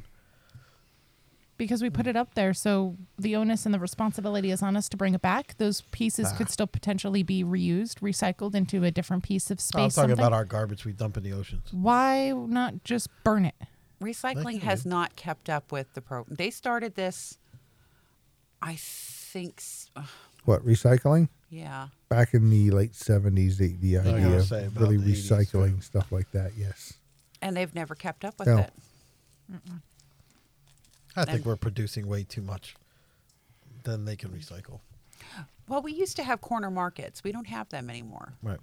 S3: Because we
S4: Mm.
S3: put it up there, so the onus and the responsibility is on us to bring it back. Those pieces
S4: Ah.
S3: could still potentially be reused, recycled into a different piece of space.
S4: I'm talking
S3: something.
S4: about our garbage we dump in the oceans.
S3: Why not just burn it?
S5: Recycling has not kept up with the program. They started this, I think, s- ugh,
S2: What recycling?
S5: yeah.
S2: Back in the late seventies, the, the
S4: was
S2: idea
S4: gonna
S2: of
S4: say about
S2: really
S4: the 80s,
S2: recycling stuff like that. Yes.
S5: And they've never kept up with
S2: No.
S5: it.
S4: I think
S5: And-
S4: we're producing way too much than they can recycle.
S5: Well, we used to have corner markets. We don't have them anymore.
S4: Right.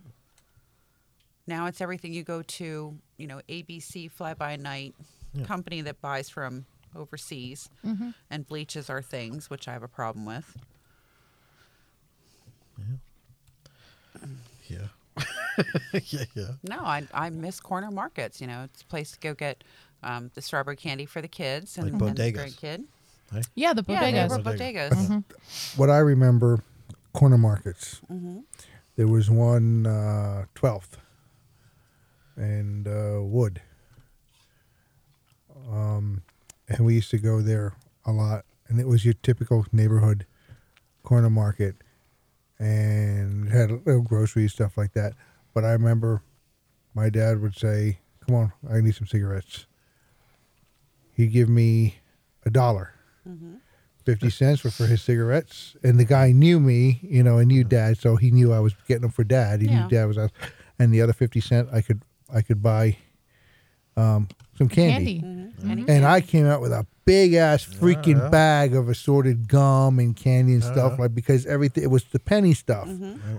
S5: Now it's everything you go to, you know, ABC fly by night company that buys from overseas and bleaches our things, which I have a problem with.
S4: Yeah. yeah, yeah.
S5: No, I, I miss corner markets. You know, it's a place to go get um, the strawberry candy for the kids and,
S4: Like
S5: and the
S4: bodegas. Mm-hmm.
S5: grandkid.
S3: Yeah, the
S5: Yeah, they
S3: bodegas.
S5: were
S4: Bodega.
S5: bodegas.
S2: What I remember, corner markets. There was one uh, 12th and uh, Wood. Um, and we used to go there a lot. And it was your typical neighborhood corner market and had little groceries, stuff like that. But I remember my dad would say, Come on, I need some cigarettes. He'd give me a dollar. 50 cents were for his cigarettes. And the guy knew me, you know, and knew dad, so he knew I was getting them for dad. He
S5: Yeah.
S2: knew dad was out. And the other 50 cent I could I could buy um, some
S3: Mm-hmm. Candy.
S4: Mm-hmm.
S2: and I came out with a big ass freaking
S4: yeah.
S2: bag of assorted gum and candy and stuff
S4: yeah. Mm-hmm.
S2: like because everything it was the penny stuff.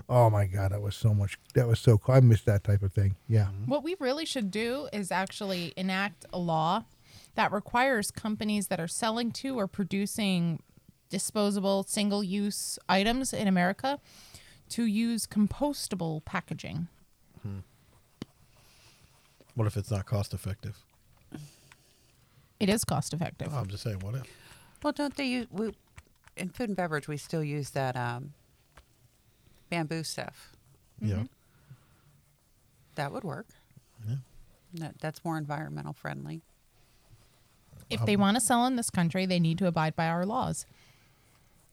S2: Oh my god, that was so much. That was so cool. I miss that type of thing. Yeah,
S4: Mm-hmm.
S3: What we really should do is actually enact a law that requires companies that are selling to or producing disposable single use items in America to use compostable packaging.
S4: What if it's not cost effective?
S3: It is cost effective.
S4: I'm just saying, what if?
S5: Well, don't they use we, in food and beverage? We still use that um, bamboo stuff.
S4: Yeah.
S5: That would work.
S4: Yeah.
S5: That, that's more environmental friendly.
S3: If they want to sell in this country, they need to abide by our laws.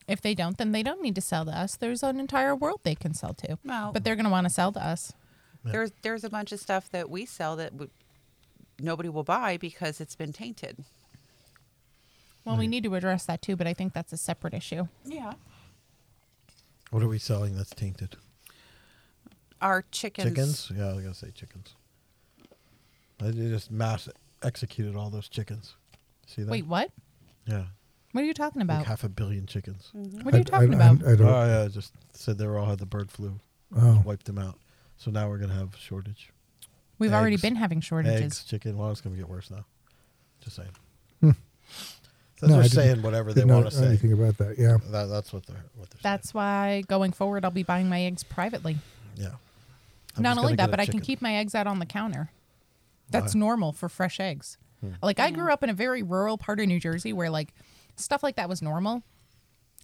S3: If they don't, then they don't need to sell to us. There's an entire world they can sell to.
S5: Well-
S3: but they're going to want to sell to us.
S5: There's there's a bunch of stuff that we sell that w- nobody will buy because it's been tainted.
S3: Well, we need to address that too, but I think that's a separate issue.
S5: Yeah.
S4: What are we selling that's tainted?
S5: Our chickens.
S4: Chickens? Yeah, I was gonna say chickens. I they just mass executed all those chickens. See that?
S3: Wait, what?
S4: Yeah,
S3: What are you talking about? Mm-hmm.
S4: like half a billion chickens.
S3: What are you
S2: I- I-
S3: talking
S2: I-
S3: about?
S2: I, don't.
S4: Oh yeah, just said they were all had the bird flu.
S2: Oh.
S4: Wiped them out. So now we're gonna have a shortage.
S3: We've already
S4: eggs.
S3: been having shortages.
S4: Eggs, chicken. Well, it's gonna get worse now. Just saying. So
S2: Hmm. No, I
S4: they're
S2: didn't-
S4: saying whatever
S2: did
S4: they
S2: not
S4: want to
S2: know
S4: say.
S2: anything about that. Yeah,
S4: That, that's what they're what they're
S3: That's why going forward, I'll be buying my eggs privately.
S4: saying. Yeah. I'm
S3: Not
S4: just gonna
S3: only
S4: get
S3: that,
S4: a
S3: but I can
S4: chicken.
S3: keep my eggs out on the counter. That's
S4: Why? Hmm.
S3: normal for fresh eggs. Like I grew up in a very rural part of New Jersey where like stuff like that was normal.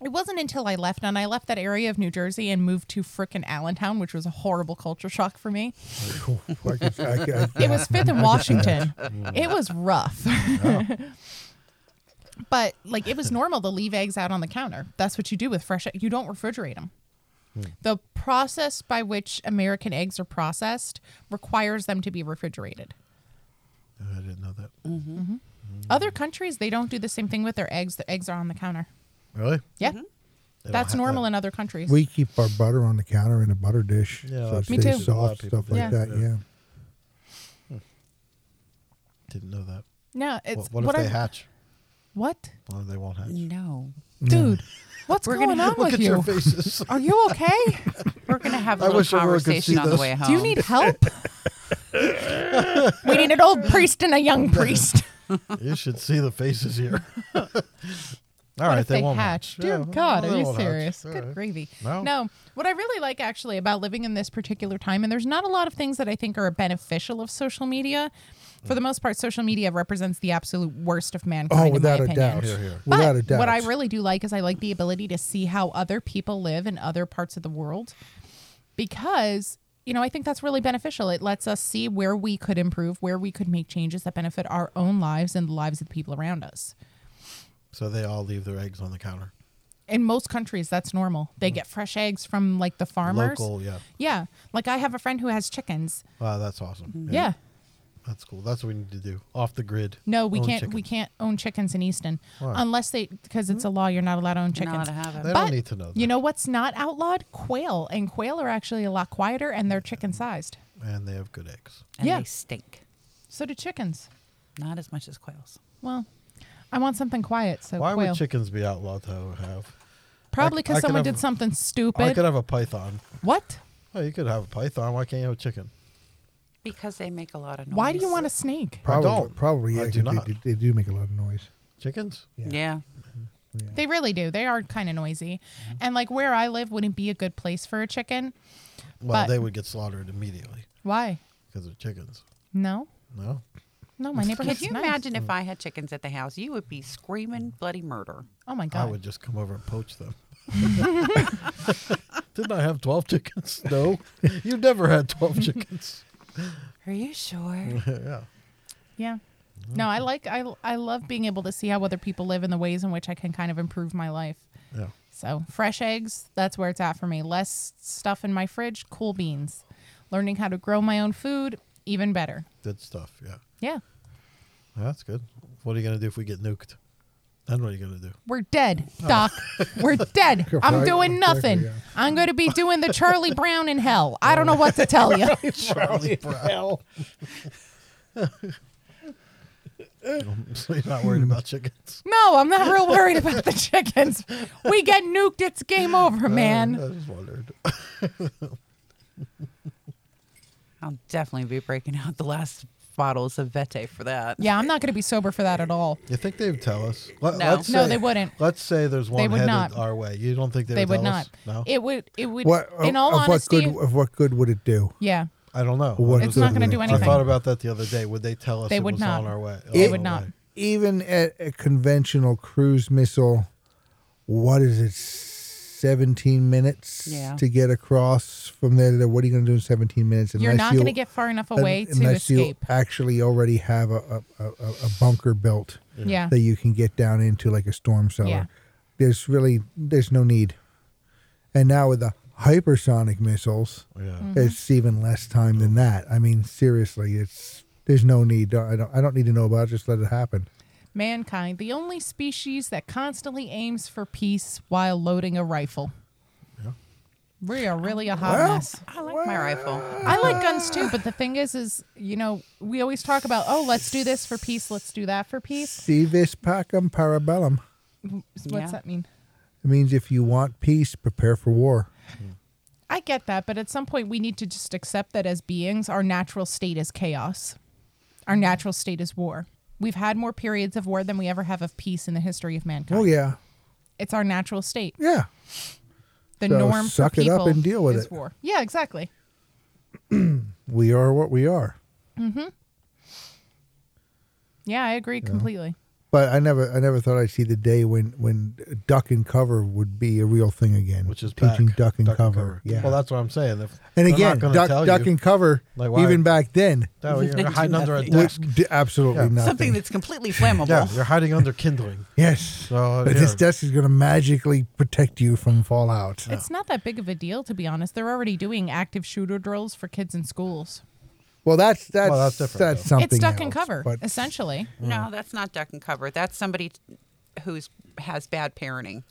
S3: It wasn't until I left, and I left that area of New Jersey and moved to frickin' Allentown, which was a horrible culture shock for me.
S2: I could- I could- I-
S3: It was Fifth and Washington. It
S4: Mm.
S3: was rough. but like it was normal to leave eggs out on the counter. That's what you do with fresh. e-, You don't refrigerate them.
S4: Hmm.
S3: The process by which American eggs are processed requires them to be refrigerated.
S4: Oh, I didn't know that. Hmm.
S3: Other countries they don't do the same thing with their eggs. The eggs are on the counter.
S4: Really?
S3: Yeah.
S4: Mm-hmm. They don't
S3: That's
S4: have
S3: normal
S4: that.
S3: in other countries.
S2: we keep our butter on the counter in a butter dish.
S4: Yeah,
S2: so it
S4: me
S2: stays
S4: A
S3: too.
S4: lot of
S2: soft
S4: people
S2: stuff
S4: do
S2: like
S3: that.
S2: that. Yeah.
S4: Didn't know that.
S3: no,
S4: What,
S3: it's
S4: what if they
S3: I-
S4: hatch?
S3: What,
S4: Well, they won't hatch.
S5: No.
S3: dude? What's
S5: We're gonna
S3: going on
S5: look
S4: Look
S3: with
S4: at
S3: you?
S4: your faces.
S3: Are you okay?
S5: We're gonna have a
S4: I
S5: little
S4: wish everyone could
S5: conversation
S4: see
S5: on
S4: this.
S5: the way home.
S3: Do you need help? we need an old priest and a young priest.
S4: you should see the faces here. All right,
S3: what if
S4: they,
S3: they,
S4: won't
S3: hatch?
S4: Yeah,
S3: Dear
S4: well,
S3: God,
S4: they
S3: are you
S4: won't hatch.
S3: serious?
S4: All
S3: Good
S4: right.
S3: gravy.
S4: Well.
S3: No, what I really like actually about living in this particular time, and there's not a lot of things that I think are beneficial of social media. For
S4: Mm.
S3: the most part, social media represents the absolute worst of mankind.
S2: Oh,
S3: in my
S2: without a
S3: opinion.
S2: doubt.
S4: Here, here.
S3: But
S2: Without a doubt.
S3: what I really do like is I like the ability to see how other people live in other parts of the world because, you know, I think that's really beneficial. It lets us see where we could improve, where we could make changes that benefit our own lives and the lives of the people around us.
S4: So they all leave their eggs on the counter.
S3: In most countries, that's normal. They get fresh eggs from like the farmers.
S4: Local, yeah.
S3: Yeah. Like I have a friend who has chickens.
S4: Wow, that's awesome.
S3: Yeah.
S4: That's cool. That's what we need to do. Off the grid.
S3: No, we
S4: Own
S3: can't. We
S4: chickens.
S3: can't own chickens in Easton
S4: Why?
S3: unless they because it's a law. You're not allowed to own
S5: You're not
S3: chickens.
S5: allowed to have
S4: They
S5: it.
S4: don't
S3: But
S4: need to know that.
S3: You know what's not outlawed? Quail. And quail are actually a lot quieter and they're chicken sized.
S4: And they have good eggs.
S5: And
S3: Yeah.
S5: they stink.
S3: So do chickens.
S5: Not as much as quails.
S3: Well, I want something quiet, so
S4: Why
S3: quail.
S4: would chickens be outlawed to have?
S3: Probably
S4: I- I
S3: because
S4: could
S3: someone
S4: have-
S3: did something
S4: I
S3: stupid.
S4: could have a python.
S3: what?
S4: Oh, you could have a python. Why can't you have a chicken?
S5: Because they make a lot of noise.
S3: Why do you want a snake?
S2: probably,
S4: don't.
S2: probably.
S4: I
S2: Yeah,
S4: do
S2: 'cause they
S4: not.
S2: They, do make a lot of noise.
S4: Chickens?
S5: Yeah.
S3: They really do. They are kind of noisy. And like where I live wouldn't be a good place for a chicken.
S4: Well,
S3: But-
S4: they would get slaughtered immediately
S3: Why?
S4: because they're chickens.
S3: No.
S4: No?
S3: No, my neighborhood's
S5: Could you
S3: nice.
S5: imagine
S4: Mm.
S5: if I had chickens at the house? You would be screaming bloody murder.
S3: Oh my
S4: I
S3: god.
S4: would just come over and poach them. Didn't I have 12 chickens? No. you never had 12 chickens.
S5: Are you sure?
S4: yeah.
S3: Yeah. No, I like I I love being able to see how other people live and the ways in which I can kind of improve my life.
S4: Yeah.
S3: So fresh eggs, that's where it's at for me. Less stuff in my fridge, cool beans. Learning how to grow my own food, even better.
S4: Good stuff. Yeah.
S3: Yeah.
S4: That's good. What are you going to do if we get nuked? Then what are you going to do?
S3: We're dead, Doc. We're dead.
S2: Oh. You're
S3: I'm
S2: right.
S3: doing
S2: Exactly,
S3: nothing.
S2: yeah.
S3: I'm going to be doing the Charlie Brown in hell. I don't know what to tell you.
S4: Charlie Brown. so you're not worried about chickens.
S3: No, I'm not real worried about the chickens. We get nuked, it's game
S2: Uh,
S3: over,
S4: I
S3: man.
S4: just wondered.
S5: I'll definitely be breaking out the last bottles of Vette for that.
S3: Yeah, I'm not going to be sober for that at all.
S4: You think they would tell us? Let,
S5: No.
S4: us
S3: No, they wouldn't.
S4: Let's say there's one
S3: would
S4: headed
S3: not.
S4: our way. You don't think they,
S3: They
S4: would,
S3: would
S4: tell
S3: not.
S4: us? No,
S3: It would. It would.
S2: What uh,
S3: in all
S2: of
S3: honesty,
S2: what good of what good would it do?
S3: yeah,
S4: I don't know.
S2: What
S3: It's not
S2: good
S3: gonna
S2: would it
S3: do
S4: I
S3: anything.
S4: thought about that the other day. Would they tell us
S3: They
S4: it
S3: would
S4: was
S3: not.
S4: on our way? Oh,
S3: they
S4: on
S3: would
S4: the
S3: not.
S4: way?
S2: Even at a conventional cruise missile, what is it? Seventeen minutes
S5: Yeah.
S2: to get across from there to there. What are you going to do in seventeen minutes?
S3: You're
S2: unless
S3: not going to
S2: you-
S3: get far enough away
S2: un-
S3: to
S2: unless
S3: escape.
S2: you actually already have a a, a, a bunker built
S3: yeah.
S2: that you can get down into like a storm cellar.
S3: Yeah.
S2: There's really there's no need. And now with the hypersonic missiles,
S4: Oh, Yeah.
S3: Mm.
S2: it's even less time than that. I mean, seriously, it's there's no need. I don't I don't need to know about. it. Just let it happen.
S3: Mankind, the only species that constantly aims for peace while loading a rifle. We are really a hot mess.
S5: I like my rifle.
S3: I like guns too, but the thing is, is you know we always talk about oh let's do this for peace, let's do that for peace.
S2: Si vis pacem parabellum.
S3: What's
S5: Yeah.
S3: that mean?
S2: It means if you want peace, prepare for war.
S3: I get that, but at some point we need to just accept that as beings, our natural state is chaos. Our natural state is war. We've had more periods of war than we ever have of peace in the history of mankind.
S2: Oh yeah,
S3: It's our natural state.
S2: yeah.
S3: The
S2: So
S3: norm
S2: suck
S3: for
S2: it up
S3: people
S2: and deal with
S3: is
S2: it.
S3: war. Yeah, exactly.
S2: We are what we are.
S3: Yeah, I agree completely.
S2: But I never, I never thought I'd see the day when when duck and cover would be a real thing again.
S4: Which is
S2: teaching
S4: back.
S2: duck and cover. Yeah.
S4: Well, that's what I'm saying. If
S2: and
S4: they're
S2: again,
S4: not gonna
S2: duck,
S4: tell
S2: duck
S4: you,
S2: and cover.
S4: Like, why-
S2: even back then,
S4: No, you're hiding under a
S5: Nothing.
S2: would
S4: desk.
S2: d- absolutely
S4: Yeah.
S2: nothing.
S5: Something that's completely flammable.
S4: Yeah, you're hiding under kindling.
S2: yes.
S4: So,
S2: but
S4: yeah.
S2: this desk is going to magically protect you from fallout.
S3: It's not that big of a deal, to be honest. They're already doing active shooter drills for kids in schools.
S2: Well, that's that's
S4: Well, that's different,
S2: that's
S4: though. It's
S2: something.
S3: it's duck and
S2: else,
S3: cover,
S2: But
S3: essentially.
S5: No, that's not duck and cover. That's somebody who's has bad parenting.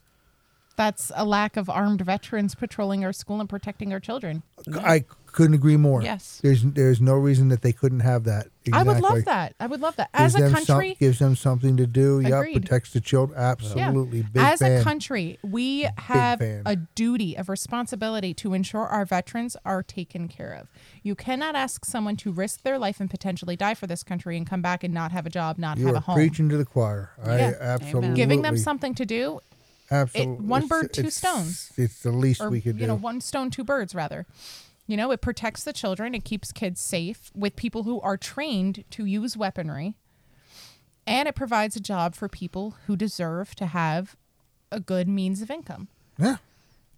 S3: That's a lack of armed veterans patrolling our school and protecting our children.
S2: I couldn't agree more.
S5: Yes.
S2: There's there's no reason that they couldn't have that.
S3: I would
S2: Exactly.
S3: love that. I would love that.
S2: Gives
S3: As a
S2: them some-
S3: country,
S2: gives them something to do. Yeah,
S3: Agreed.
S2: protects the children. Absolutely,
S3: Yeah.
S2: big
S3: As
S2: fan.
S3: a country, we have
S2: fan.
S3: a duty of responsibility to ensure our veterans are taken care of. You cannot ask someone to risk their life and potentially die for this country and come back and not have a job, not
S2: you
S3: have a
S2: are
S3: home.
S2: preaching to the choir. I
S3: Yeah.
S2: absolutely
S3: Giving them something to do,
S2: absolutely
S3: one bird, two
S2: it's-
S3: stones.
S2: It's the least
S3: or
S2: we
S3: you
S2: could do.
S3: know, one stone, two birds, rather. You know, it protects the children. It keeps kids safe with people who are trained to use weaponry, and it provides a job for people who deserve to have a good means of income.
S2: yeah.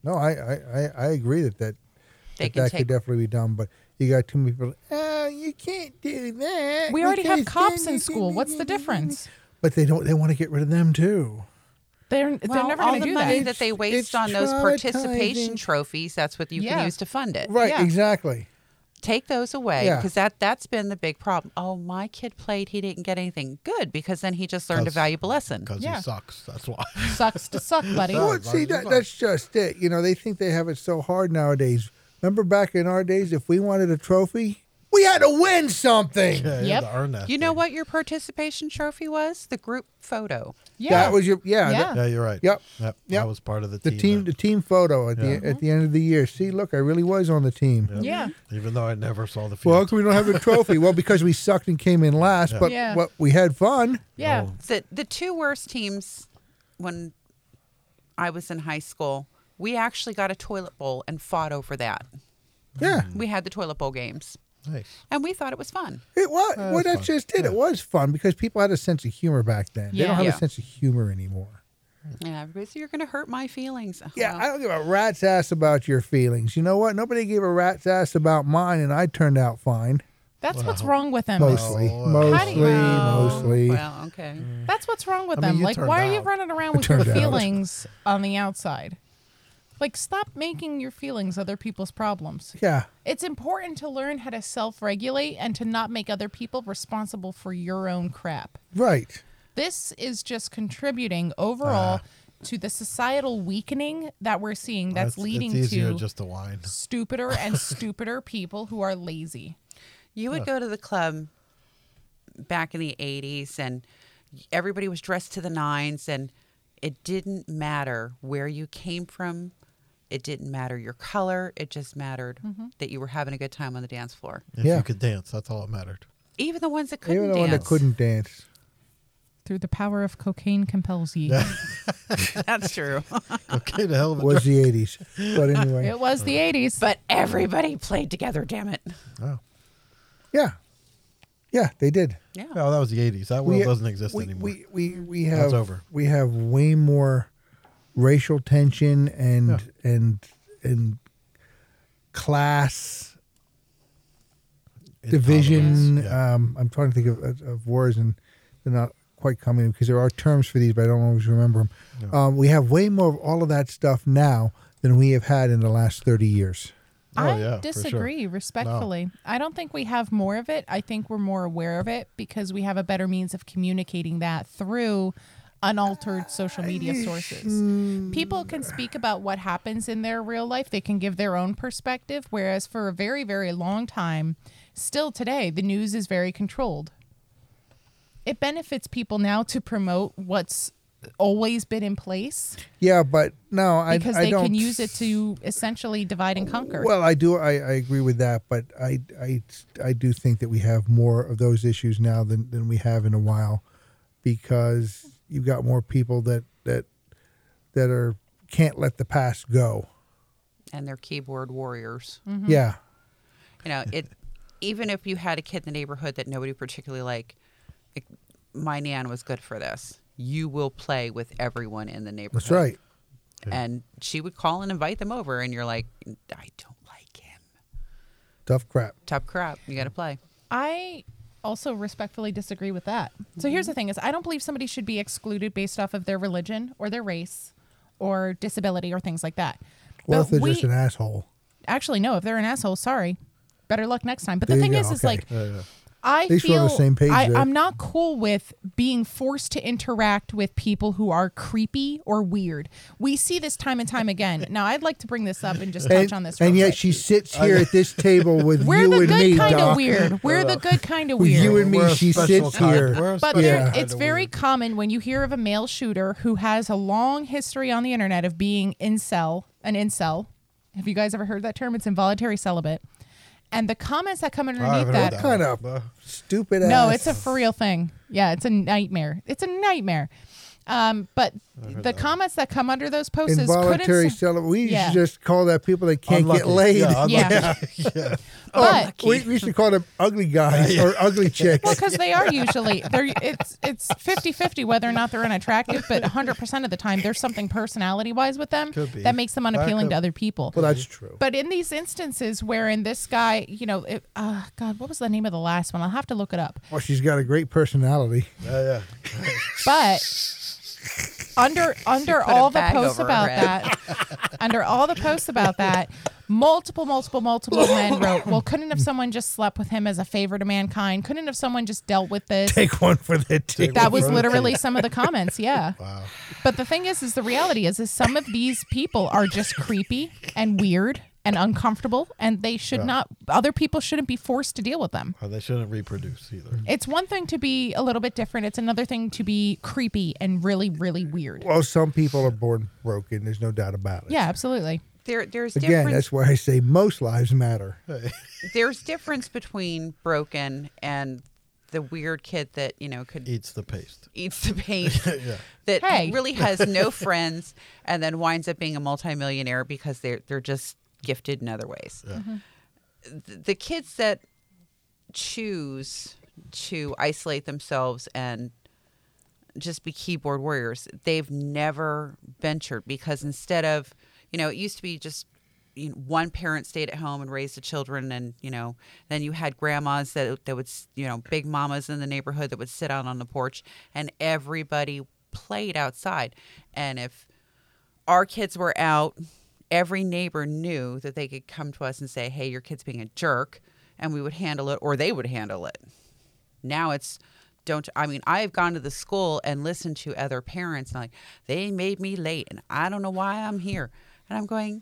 S2: No, I, I, I, I agree that that,
S5: They
S2: that,
S5: can
S2: that
S5: take-
S2: could definitely be done, but you got too many people. Oh, you can't do
S5: Eh,
S2: that.
S3: We already have
S2: because
S3: cops
S2: then
S3: in
S2: you
S3: school.
S2: can-
S3: What's the difference?
S2: But they don't. They want to get rid of them too.
S3: They're they're
S5: Well,
S3: never
S5: all
S3: going to
S5: the
S3: do
S5: money
S3: that.
S5: that, they
S2: It's-
S5: waste
S2: it's
S5: on those participation
S2: traumatizing.
S5: trophies. That's what you
S3: Yeah.
S5: can use to fund it.
S2: Right.
S3: Yeah.
S2: Exactly.
S5: Take those away
S2: Yeah.
S5: because that that's been the big problem. Oh, my kid played. He didn't get anything good because then he just learned a
S4: That's-
S5: valuable lesson.
S4: Because
S3: Yeah.
S4: he sucks. That's why.
S3: Sucks to suck, buddy.
S2: Well, see, that, that's just it. You know, they think they have it so hard nowadays. Remember back in our days, if we wanted a trophy, we had to win something.
S4: Yeah,
S3: Yep.
S4: you had to earn that
S5: You know
S4: thing.
S5: what your participation trophy was? The group photo.
S3: Yeah,
S2: That was your yeah.
S3: Yeah.
S2: that-
S4: Yeah, you're right.
S2: Yep.
S4: Yep.
S2: Yep.
S4: I was part of the,
S2: the team,
S4: team.
S2: the team photo at the at the end of the year. See, look, I really was on the team.
S3: yeah.
S4: that- even though I never saw the
S2: Well, how
S4: field.
S2: come we don't have a trophy? well, because we sucked and came in last, but
S3: Yeah.
S2: what we had fun.
S3: Yeah.
S5: The the two worst teams when I was in high school, we actually got a toilet bowl and fought over that.
S2: Yeah,
S5: We had the toilet bowl games.
S4: nice.
S5: And we thought it was fun.
S2: it was. well, that's
S4: fun.
S2: just it. It was fun because people had a sense of humor back then. They
S3: Yeah.
S2: don't have
S5: Yeah.
S2: a sense of humor anymore.
S5: Yeah, everybody's you're gonna hurt my feelings.
S2: Yeah, I
S5: Well,
S2: don't give a rat's ass about your feelings. You know what? Nobody gave a rat's ass about mine, and I turned out fine.
S3: That's what's wrong with them. is-
S2: Mostly,
S4: Oh, uh,
S2: mostly,
S3: How do you-
S2: mostly.
S5: Oh, well, okay.
S3: That's what's wrong with
S4: I mean,
S3: them.
S4: you
S3: like,
S4: turned
S3: why are you
S4: out.
S3: running around
S2: I
S3: with your
S2: turned out.
S3: feelings on the outside? Like, stop making your feelings other people's problems.
S2: Yeah,
S3: It's important to learn how to self regulate and to not make other people responsible for your own crap.
S2: right.
S3: This is just contributing overall to the societal weakening that we're seeing that's,
S4: It's-
S3: leading
S4: it's easier
S3: to
S4: just to whine.
S3: stupider and stupider people who are lazy.
S5: You would go to the club back in the 80s and everybody was dressed to the nines and it didn't matter where you came from. It didn't matter your color. It just mattered that you were having a good time on the dance floor.
S4: If
S2: Yeah.
S4: you could dance, that's all that mattered.
S5: Even the ones that couldn't
S2: Even the
S5: dance.
S2: one that couldn't dance.
S3: Through the power of cocaine compels ye.
S5: That's true.
S4: Okay, the hell of a
S2: was the 80s. But anyway,
S3: It was the 80s.
S5: but everybody played together, damn it.
S4: Oh.
S2: yeah. Yeah, they did.
S5: Yeah.
S4: No, that was the 80s. That world doesn't exist
S2: we,
S4: anymore.
S2: We, we, we have
S4: That's over.
S2: we have way more racial tension and and and class division.
S4: Intolerance. Yeah.
S2: Um, I'm trying to think of, of, of words, and they're not quite coming because there are terms for these, but I don't always remember them. Um, we have way more of all of that stuff now than we have had in the last 30 years.
S4: Oh, yeah,
S3: I
S4: for sure.
S3: disagree respectfully. I don't think we have more of it. I think we're more aware of it because we have a better means of communicating that through unaltered social media sources. People can speak about what happens in their real life, they can give their own perspective. Whereas for a very, very long time, still today, the news is very controlled. It benefits people now to promote what's always been in place
S2: Yeah, but no, I,
S3: because
S2: I
S3: they
S2: don't
S3: can use it to essentially divide and conquer.
S2: Well, I do. I, I agree with that, but I, I I do think that we have more of those issues now than, than we have in a while, because you've got more people that that that are can't let the past go.
S5: And they're keyboard warriors.
S3: Mm-hmm.
S2: Yeah,
S5: you know it even if you had a kid in the neighborhood that nobody particularly liked it, my nan was good for this you will play with everyone in the neighborhood
S2: that's right.
S5: and she would call and invite them over and you're like i don't like him
S2: Tough crap.
S5: tough crap you gotta play
S3: I also respectfully disagree with that. So here's
S2: Mm-hmm.
S3: the thing is I don't believe somebody should be excluded based off of their religion or their race or disability or things like that.
S2: Well,
S3: But
S2: if they're
S3: we-
S2: just an asshole.
S3: actually no, if they're an asshole, sorry. Better luck next time. But
S2: There
S3: the
S2: you
S3: thing
S2: go,
S3: is is
S2: okay.
S3: like
S4: Yeah, yeah.
S3: I
S2: least we're
S3: feel
S2: on the same page
S3: I,
S2: there.
S3: I'm not cool with being forced to interact with people who are creepy or weird. We see this time and time again. Now I'd like to bring this up and just touch
S2: And,
S3: on this.
S2: and
S3: real
S2: yet
S3: quick.
S2: she sits here at this table with
S3: we're
S2: you
S3: the
S2: and
S3: good
S2: me,
S3: kind
S2: Doc.
S3: of weird. We're the good kind of
S2: With
S3: weird.
S2: you and me,
S4: We're a
S2: she
S4: special
S2: sits
S4: kind-
S2: here.
S4: we're a
S3: But
S4: special
S3: there,
S4: kind
S3: it's
S4: of
S3: very
S4: weird.
S3: common when you hear of a male shooter who has a long history on the internet of being incel, an incel. Have you guys ever heard that term? It's involuntary celibate. And the comments that come
S4: I
S3: underneath
S4: haven't
S3: that,
S4: heard
S2: Kind
S4: that.
S2: of
S4: Well,
S2: stupid.
S3: no,
S2: ass.
S3: it's a for real thing. Yeah, it's a nightmare. It's a nightmare. Um, but the comments that come under those posts is
S2: involuntary
S3: couldn't.
S2: celibate. We
S3: Yeah.
S2: should just call that people that can't get
S4: unlucky.
S2: laid.
S4: Yeah, unlucky.
S3: yeah,
S2: Oh
S3: but
S2: We, we should call them ugly guys or ugly chicks.
S3: Well, because they are usually they're it's it's 50-50 whether or not they're unattractive, but hundred percent of the time there's something personality wise with them
S4: Could be.
S3: that makes them unappealing to other people.
S2: Well, that's true.
S3: But in these instances wherein this guy, you know, it, uh, God, what was the name of the last one? I'll have to look it up.
S2: Well, Oh, she's got a great personality.
S4: yeah, yeah.
S3: But under under
S5: put a
S3: all the
S5: bag
S3: posts
S5: over her
S3: about
S5: head.
S3: that, under all the posts about that, multiple, multiple, multiple men wrote, "Well, couldn't have someone just slept with him as a favor to mankind? Couldn't have someone just dealt with this?"
S2: Take one for the team.
S3: That was
S4: Right.
S3: literally some of the comments, yeah. But the thing is, is the reality is, is some of these people are just creepy and weird and uncomfortable, and they should not. Other people shouldn't be forced to deal with them.
S4: Or Oh, they shouldn't reproduce either.
S3: It's one thing to be a little bit different. It's another thing to be creepy and really, really weird.
S2: Well, some people are born broken. There's no doubt about it.
S3: Yeah, absolutely.
S5: there, there's
S2: Again,
S5: difference
S2: that's why I say most lives matter.
S5: there's difference between broken and the weird kid that you know could
S4: Eats the paste.
S5: eats the paint that
S3: Hey.
S5: really has no friends and then winds up being a multimillionaire because they're they're just gifted in other ways. The, the kids that choose to isolate themselves and just be keyboard warriors. They've never ventured because instead of, you know, it used to be just you know, one parent stayed at home and raised the children, and you know, then you had grandmas that that would, s- you know, big mamas in the neighborhood that would sit out on the porch, and everybody played outside. And if our kids were out, every neighbor knew that they could come to us and say, "Hey, your kid's being a jerk," and we would handle it, or they would handle it. Now it's don't I mean I've gone to the school and listened to other parents and like they made me late and I don't know why I'm here. And I'm going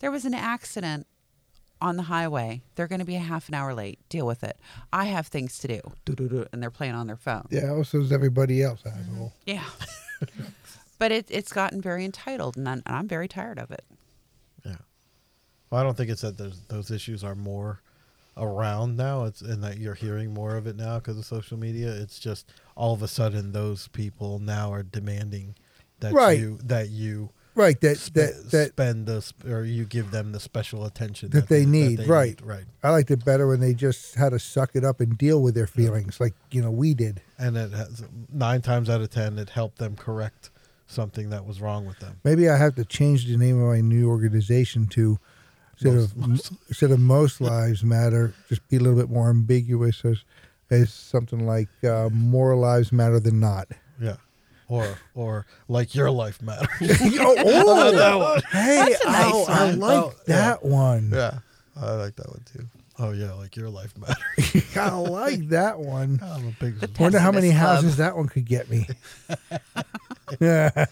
S5: there was an accident on the highway. They're going to be a half an hour late. Deal with it. I have things to do. Do-do-do. And they're playing on their phone.
S2: Yeah, also is everybody else asshole.
S5: Yeah. but it, it's gotten very entitled and I'm, and I'm very tired of it.
S4: Yeah. Well, I don't think it's that those those issues are more around now. It's and that you're hearing more of it now because of social media. It's just all of a sudden those people now are demanding that
S2: Right.
S4: you that you
S2: Right, that
S4: sp-
S2: that that
S4: spend the sp- or you give them the special attention
S2: That they need, right.
S4: right.
S2: I liked it better when they just had to suck it up and deal with their feelings, like you know we did.
S4: And it has nine times out of ten it helped them correct something that was wrong with them.
S2: Maybe I have to change the name of my new organization to instead of instead of most lives matter, just be a little bit more ambiguous as as something like uh, more lives matter than not.
S4: Yeah. Or or like your life matters.
S2: oh, oh, hey, oh, I like
S4: Oh, yeah.
S2: that one.
S4: yeah. I like that one too. Oh yeah, like your life matters.
S2: I like that one.
S4: I'm a big
S2: Wonder how many
S5: Pessimist Club.
S2: houses that one could get me.
S4: yeah.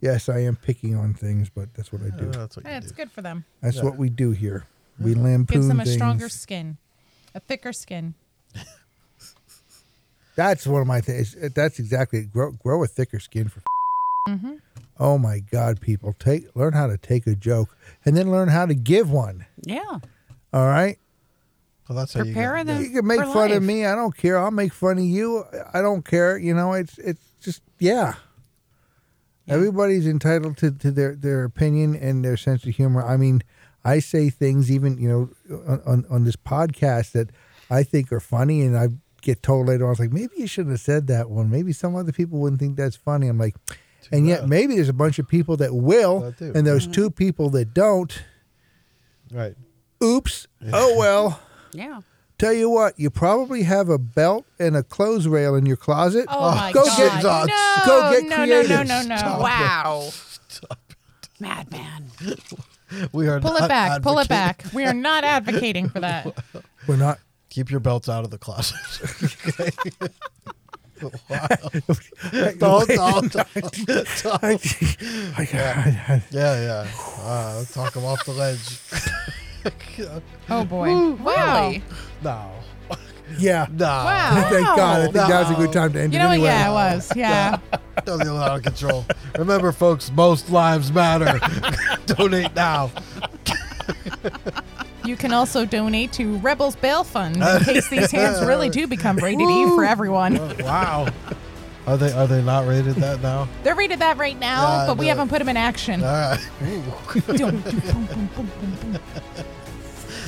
S2: Yes, I am picking on things, but that's what I do.
S4: Yeah, that's what you
S3: Yeah, it's
S4: do.
S3: good for them.
S2: That's what we do here. We lampoon
S3: Mm. Gives them a
S2: things.
S3: stronger skin, a thicker skin.
S2: That's one of my things. That's exactly it. grow grow a thicker skin for. Oh my God, people take learn how to take a joke and then learn how to give one.
S5: Yeah.
S2: All right,
S4: Well, that's how you
S5: Prepare
S4: get-
S5: them.
S2: you can make
S5: For
S2: fun of
S5: life.
S2: me. I don't care. I'll make fun of you. I don't care. You know, it's it's just yeah. Everybody's entitled to, to their, their opinion and their sense of humor. I mean, I say things even you know on, on, on this podcast that I think are funny, and I get told later on, I was like, maybe you shouldn't have said that one. Maybe some other people wouldn't think that's funny. I'm like, and yet
S4: bad.
S2: maybe there's a bunch of people that will,
S4: That do.
S2: and those two people that don't.
S4: Right.
S2: Oops. Oh well.
S5: Yeah.
S2: Tell you what, you probably have a belt and a clothes rail in your closet.
S3: Oh, my
S2: go
S3: god!
S2: Get,
S3: no,
S2: go get
S3: no,
S2: creative.
S3: no, no, no, no.
S5: Wow. Madman.
S4: We are
S3: Pull
S4: not
S3: it back. Pull it
S4: advocating-
S3: back. We are not advocating for that.
S2: We're not.
S4: Keep your belts out of the closet.
S2: Don't-
S4: Don't- don't- don't.
S2: I, I, I-
S4: Yeah, yeah. Uh, talk them off the ledge.
S3: Oh boy! wow!
S5: Really?
S4: No.
S2: yeah.
S4: No.
S3: Wow.
S2: Thank God. I think
S4: No.
S2: that was a good time to end
S3: You
S2: it
S3: know what?
S2: anyway.
S3: Yeah, it was. Yeah.
S4: Doesn't get out of control. Remember, folks, most lives matter. Donate now.
S3: You can also donate to Rebels Bail Fund in case these hands really do become rated E for everyone.
S4: Wow. Are they are they not rated that now?
S3: They're rated that right now,
S4: Yeah, I
S3: but we
S4: know.
S3: haven't put them in action.
S4: All right.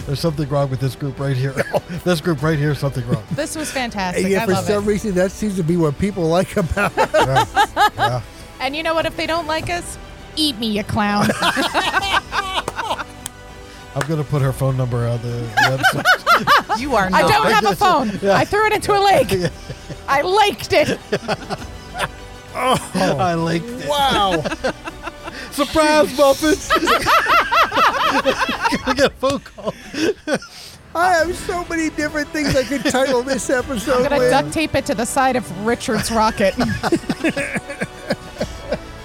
S4: There's something wrong with this group right here. This group right here, is something wrong.
S3: This was fantastic.
S2: And yet,
S3: I
S2: for
S3: love
S2: some
S3: it.
S2: reason, that seems to be what people like about it.
S3: And you know what? If they don't like us, eat me, you clown.
S4: I'm gonna put her phone number on the website.
S5: You are
S3: I
S5: not.
S3: don't have a phone. I threw it into a lake. I liked it.
S4: I liked it.
S2: Wow.
S4: Surprise muffins! I get a phone call.
S2: I have so many different things I could title this episode
S3: I'm gonna
S2: with.
S3: duct tape it to the side of Richard's rocket.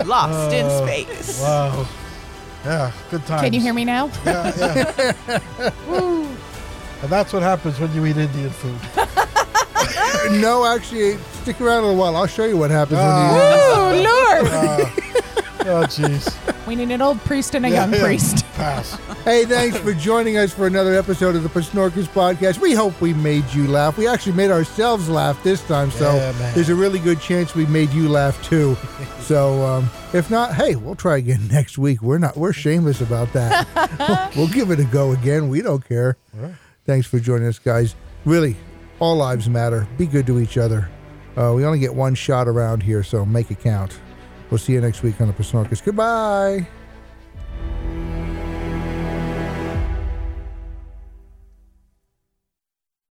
S5: Lost in
S2: Oh,
S5: space.
S4: Wow. Yeah, good times.
S3: Can you hear me now?
S4: And that's what happens when you eat Indian food.
S2: No, actually, stick around a little while. I'll show you what happens when you.
S3: Oh Lord!
S4: Oh, jeez.
S3: We need an old priest and a young priest.
S4: Pass.
S2: Hey, thanks for joining us for another episode of the Pasnorkis Podcast. We hope we made you laugh. We actually made ourselves laugh this time, so
S4: Yeah, man.
S2: there's a really good chance we made you laugh too. so um, if not, hey, we'll try again next week. We're not we're shameless about that. we'll, we'll give it a go again. We don't care. Thanks for joining us, guys. Really, all lives matter. Be good to each other. Uh, we only get one shot around here, so make it count. We'll see you next week on the Pisnorcus. Goodbye.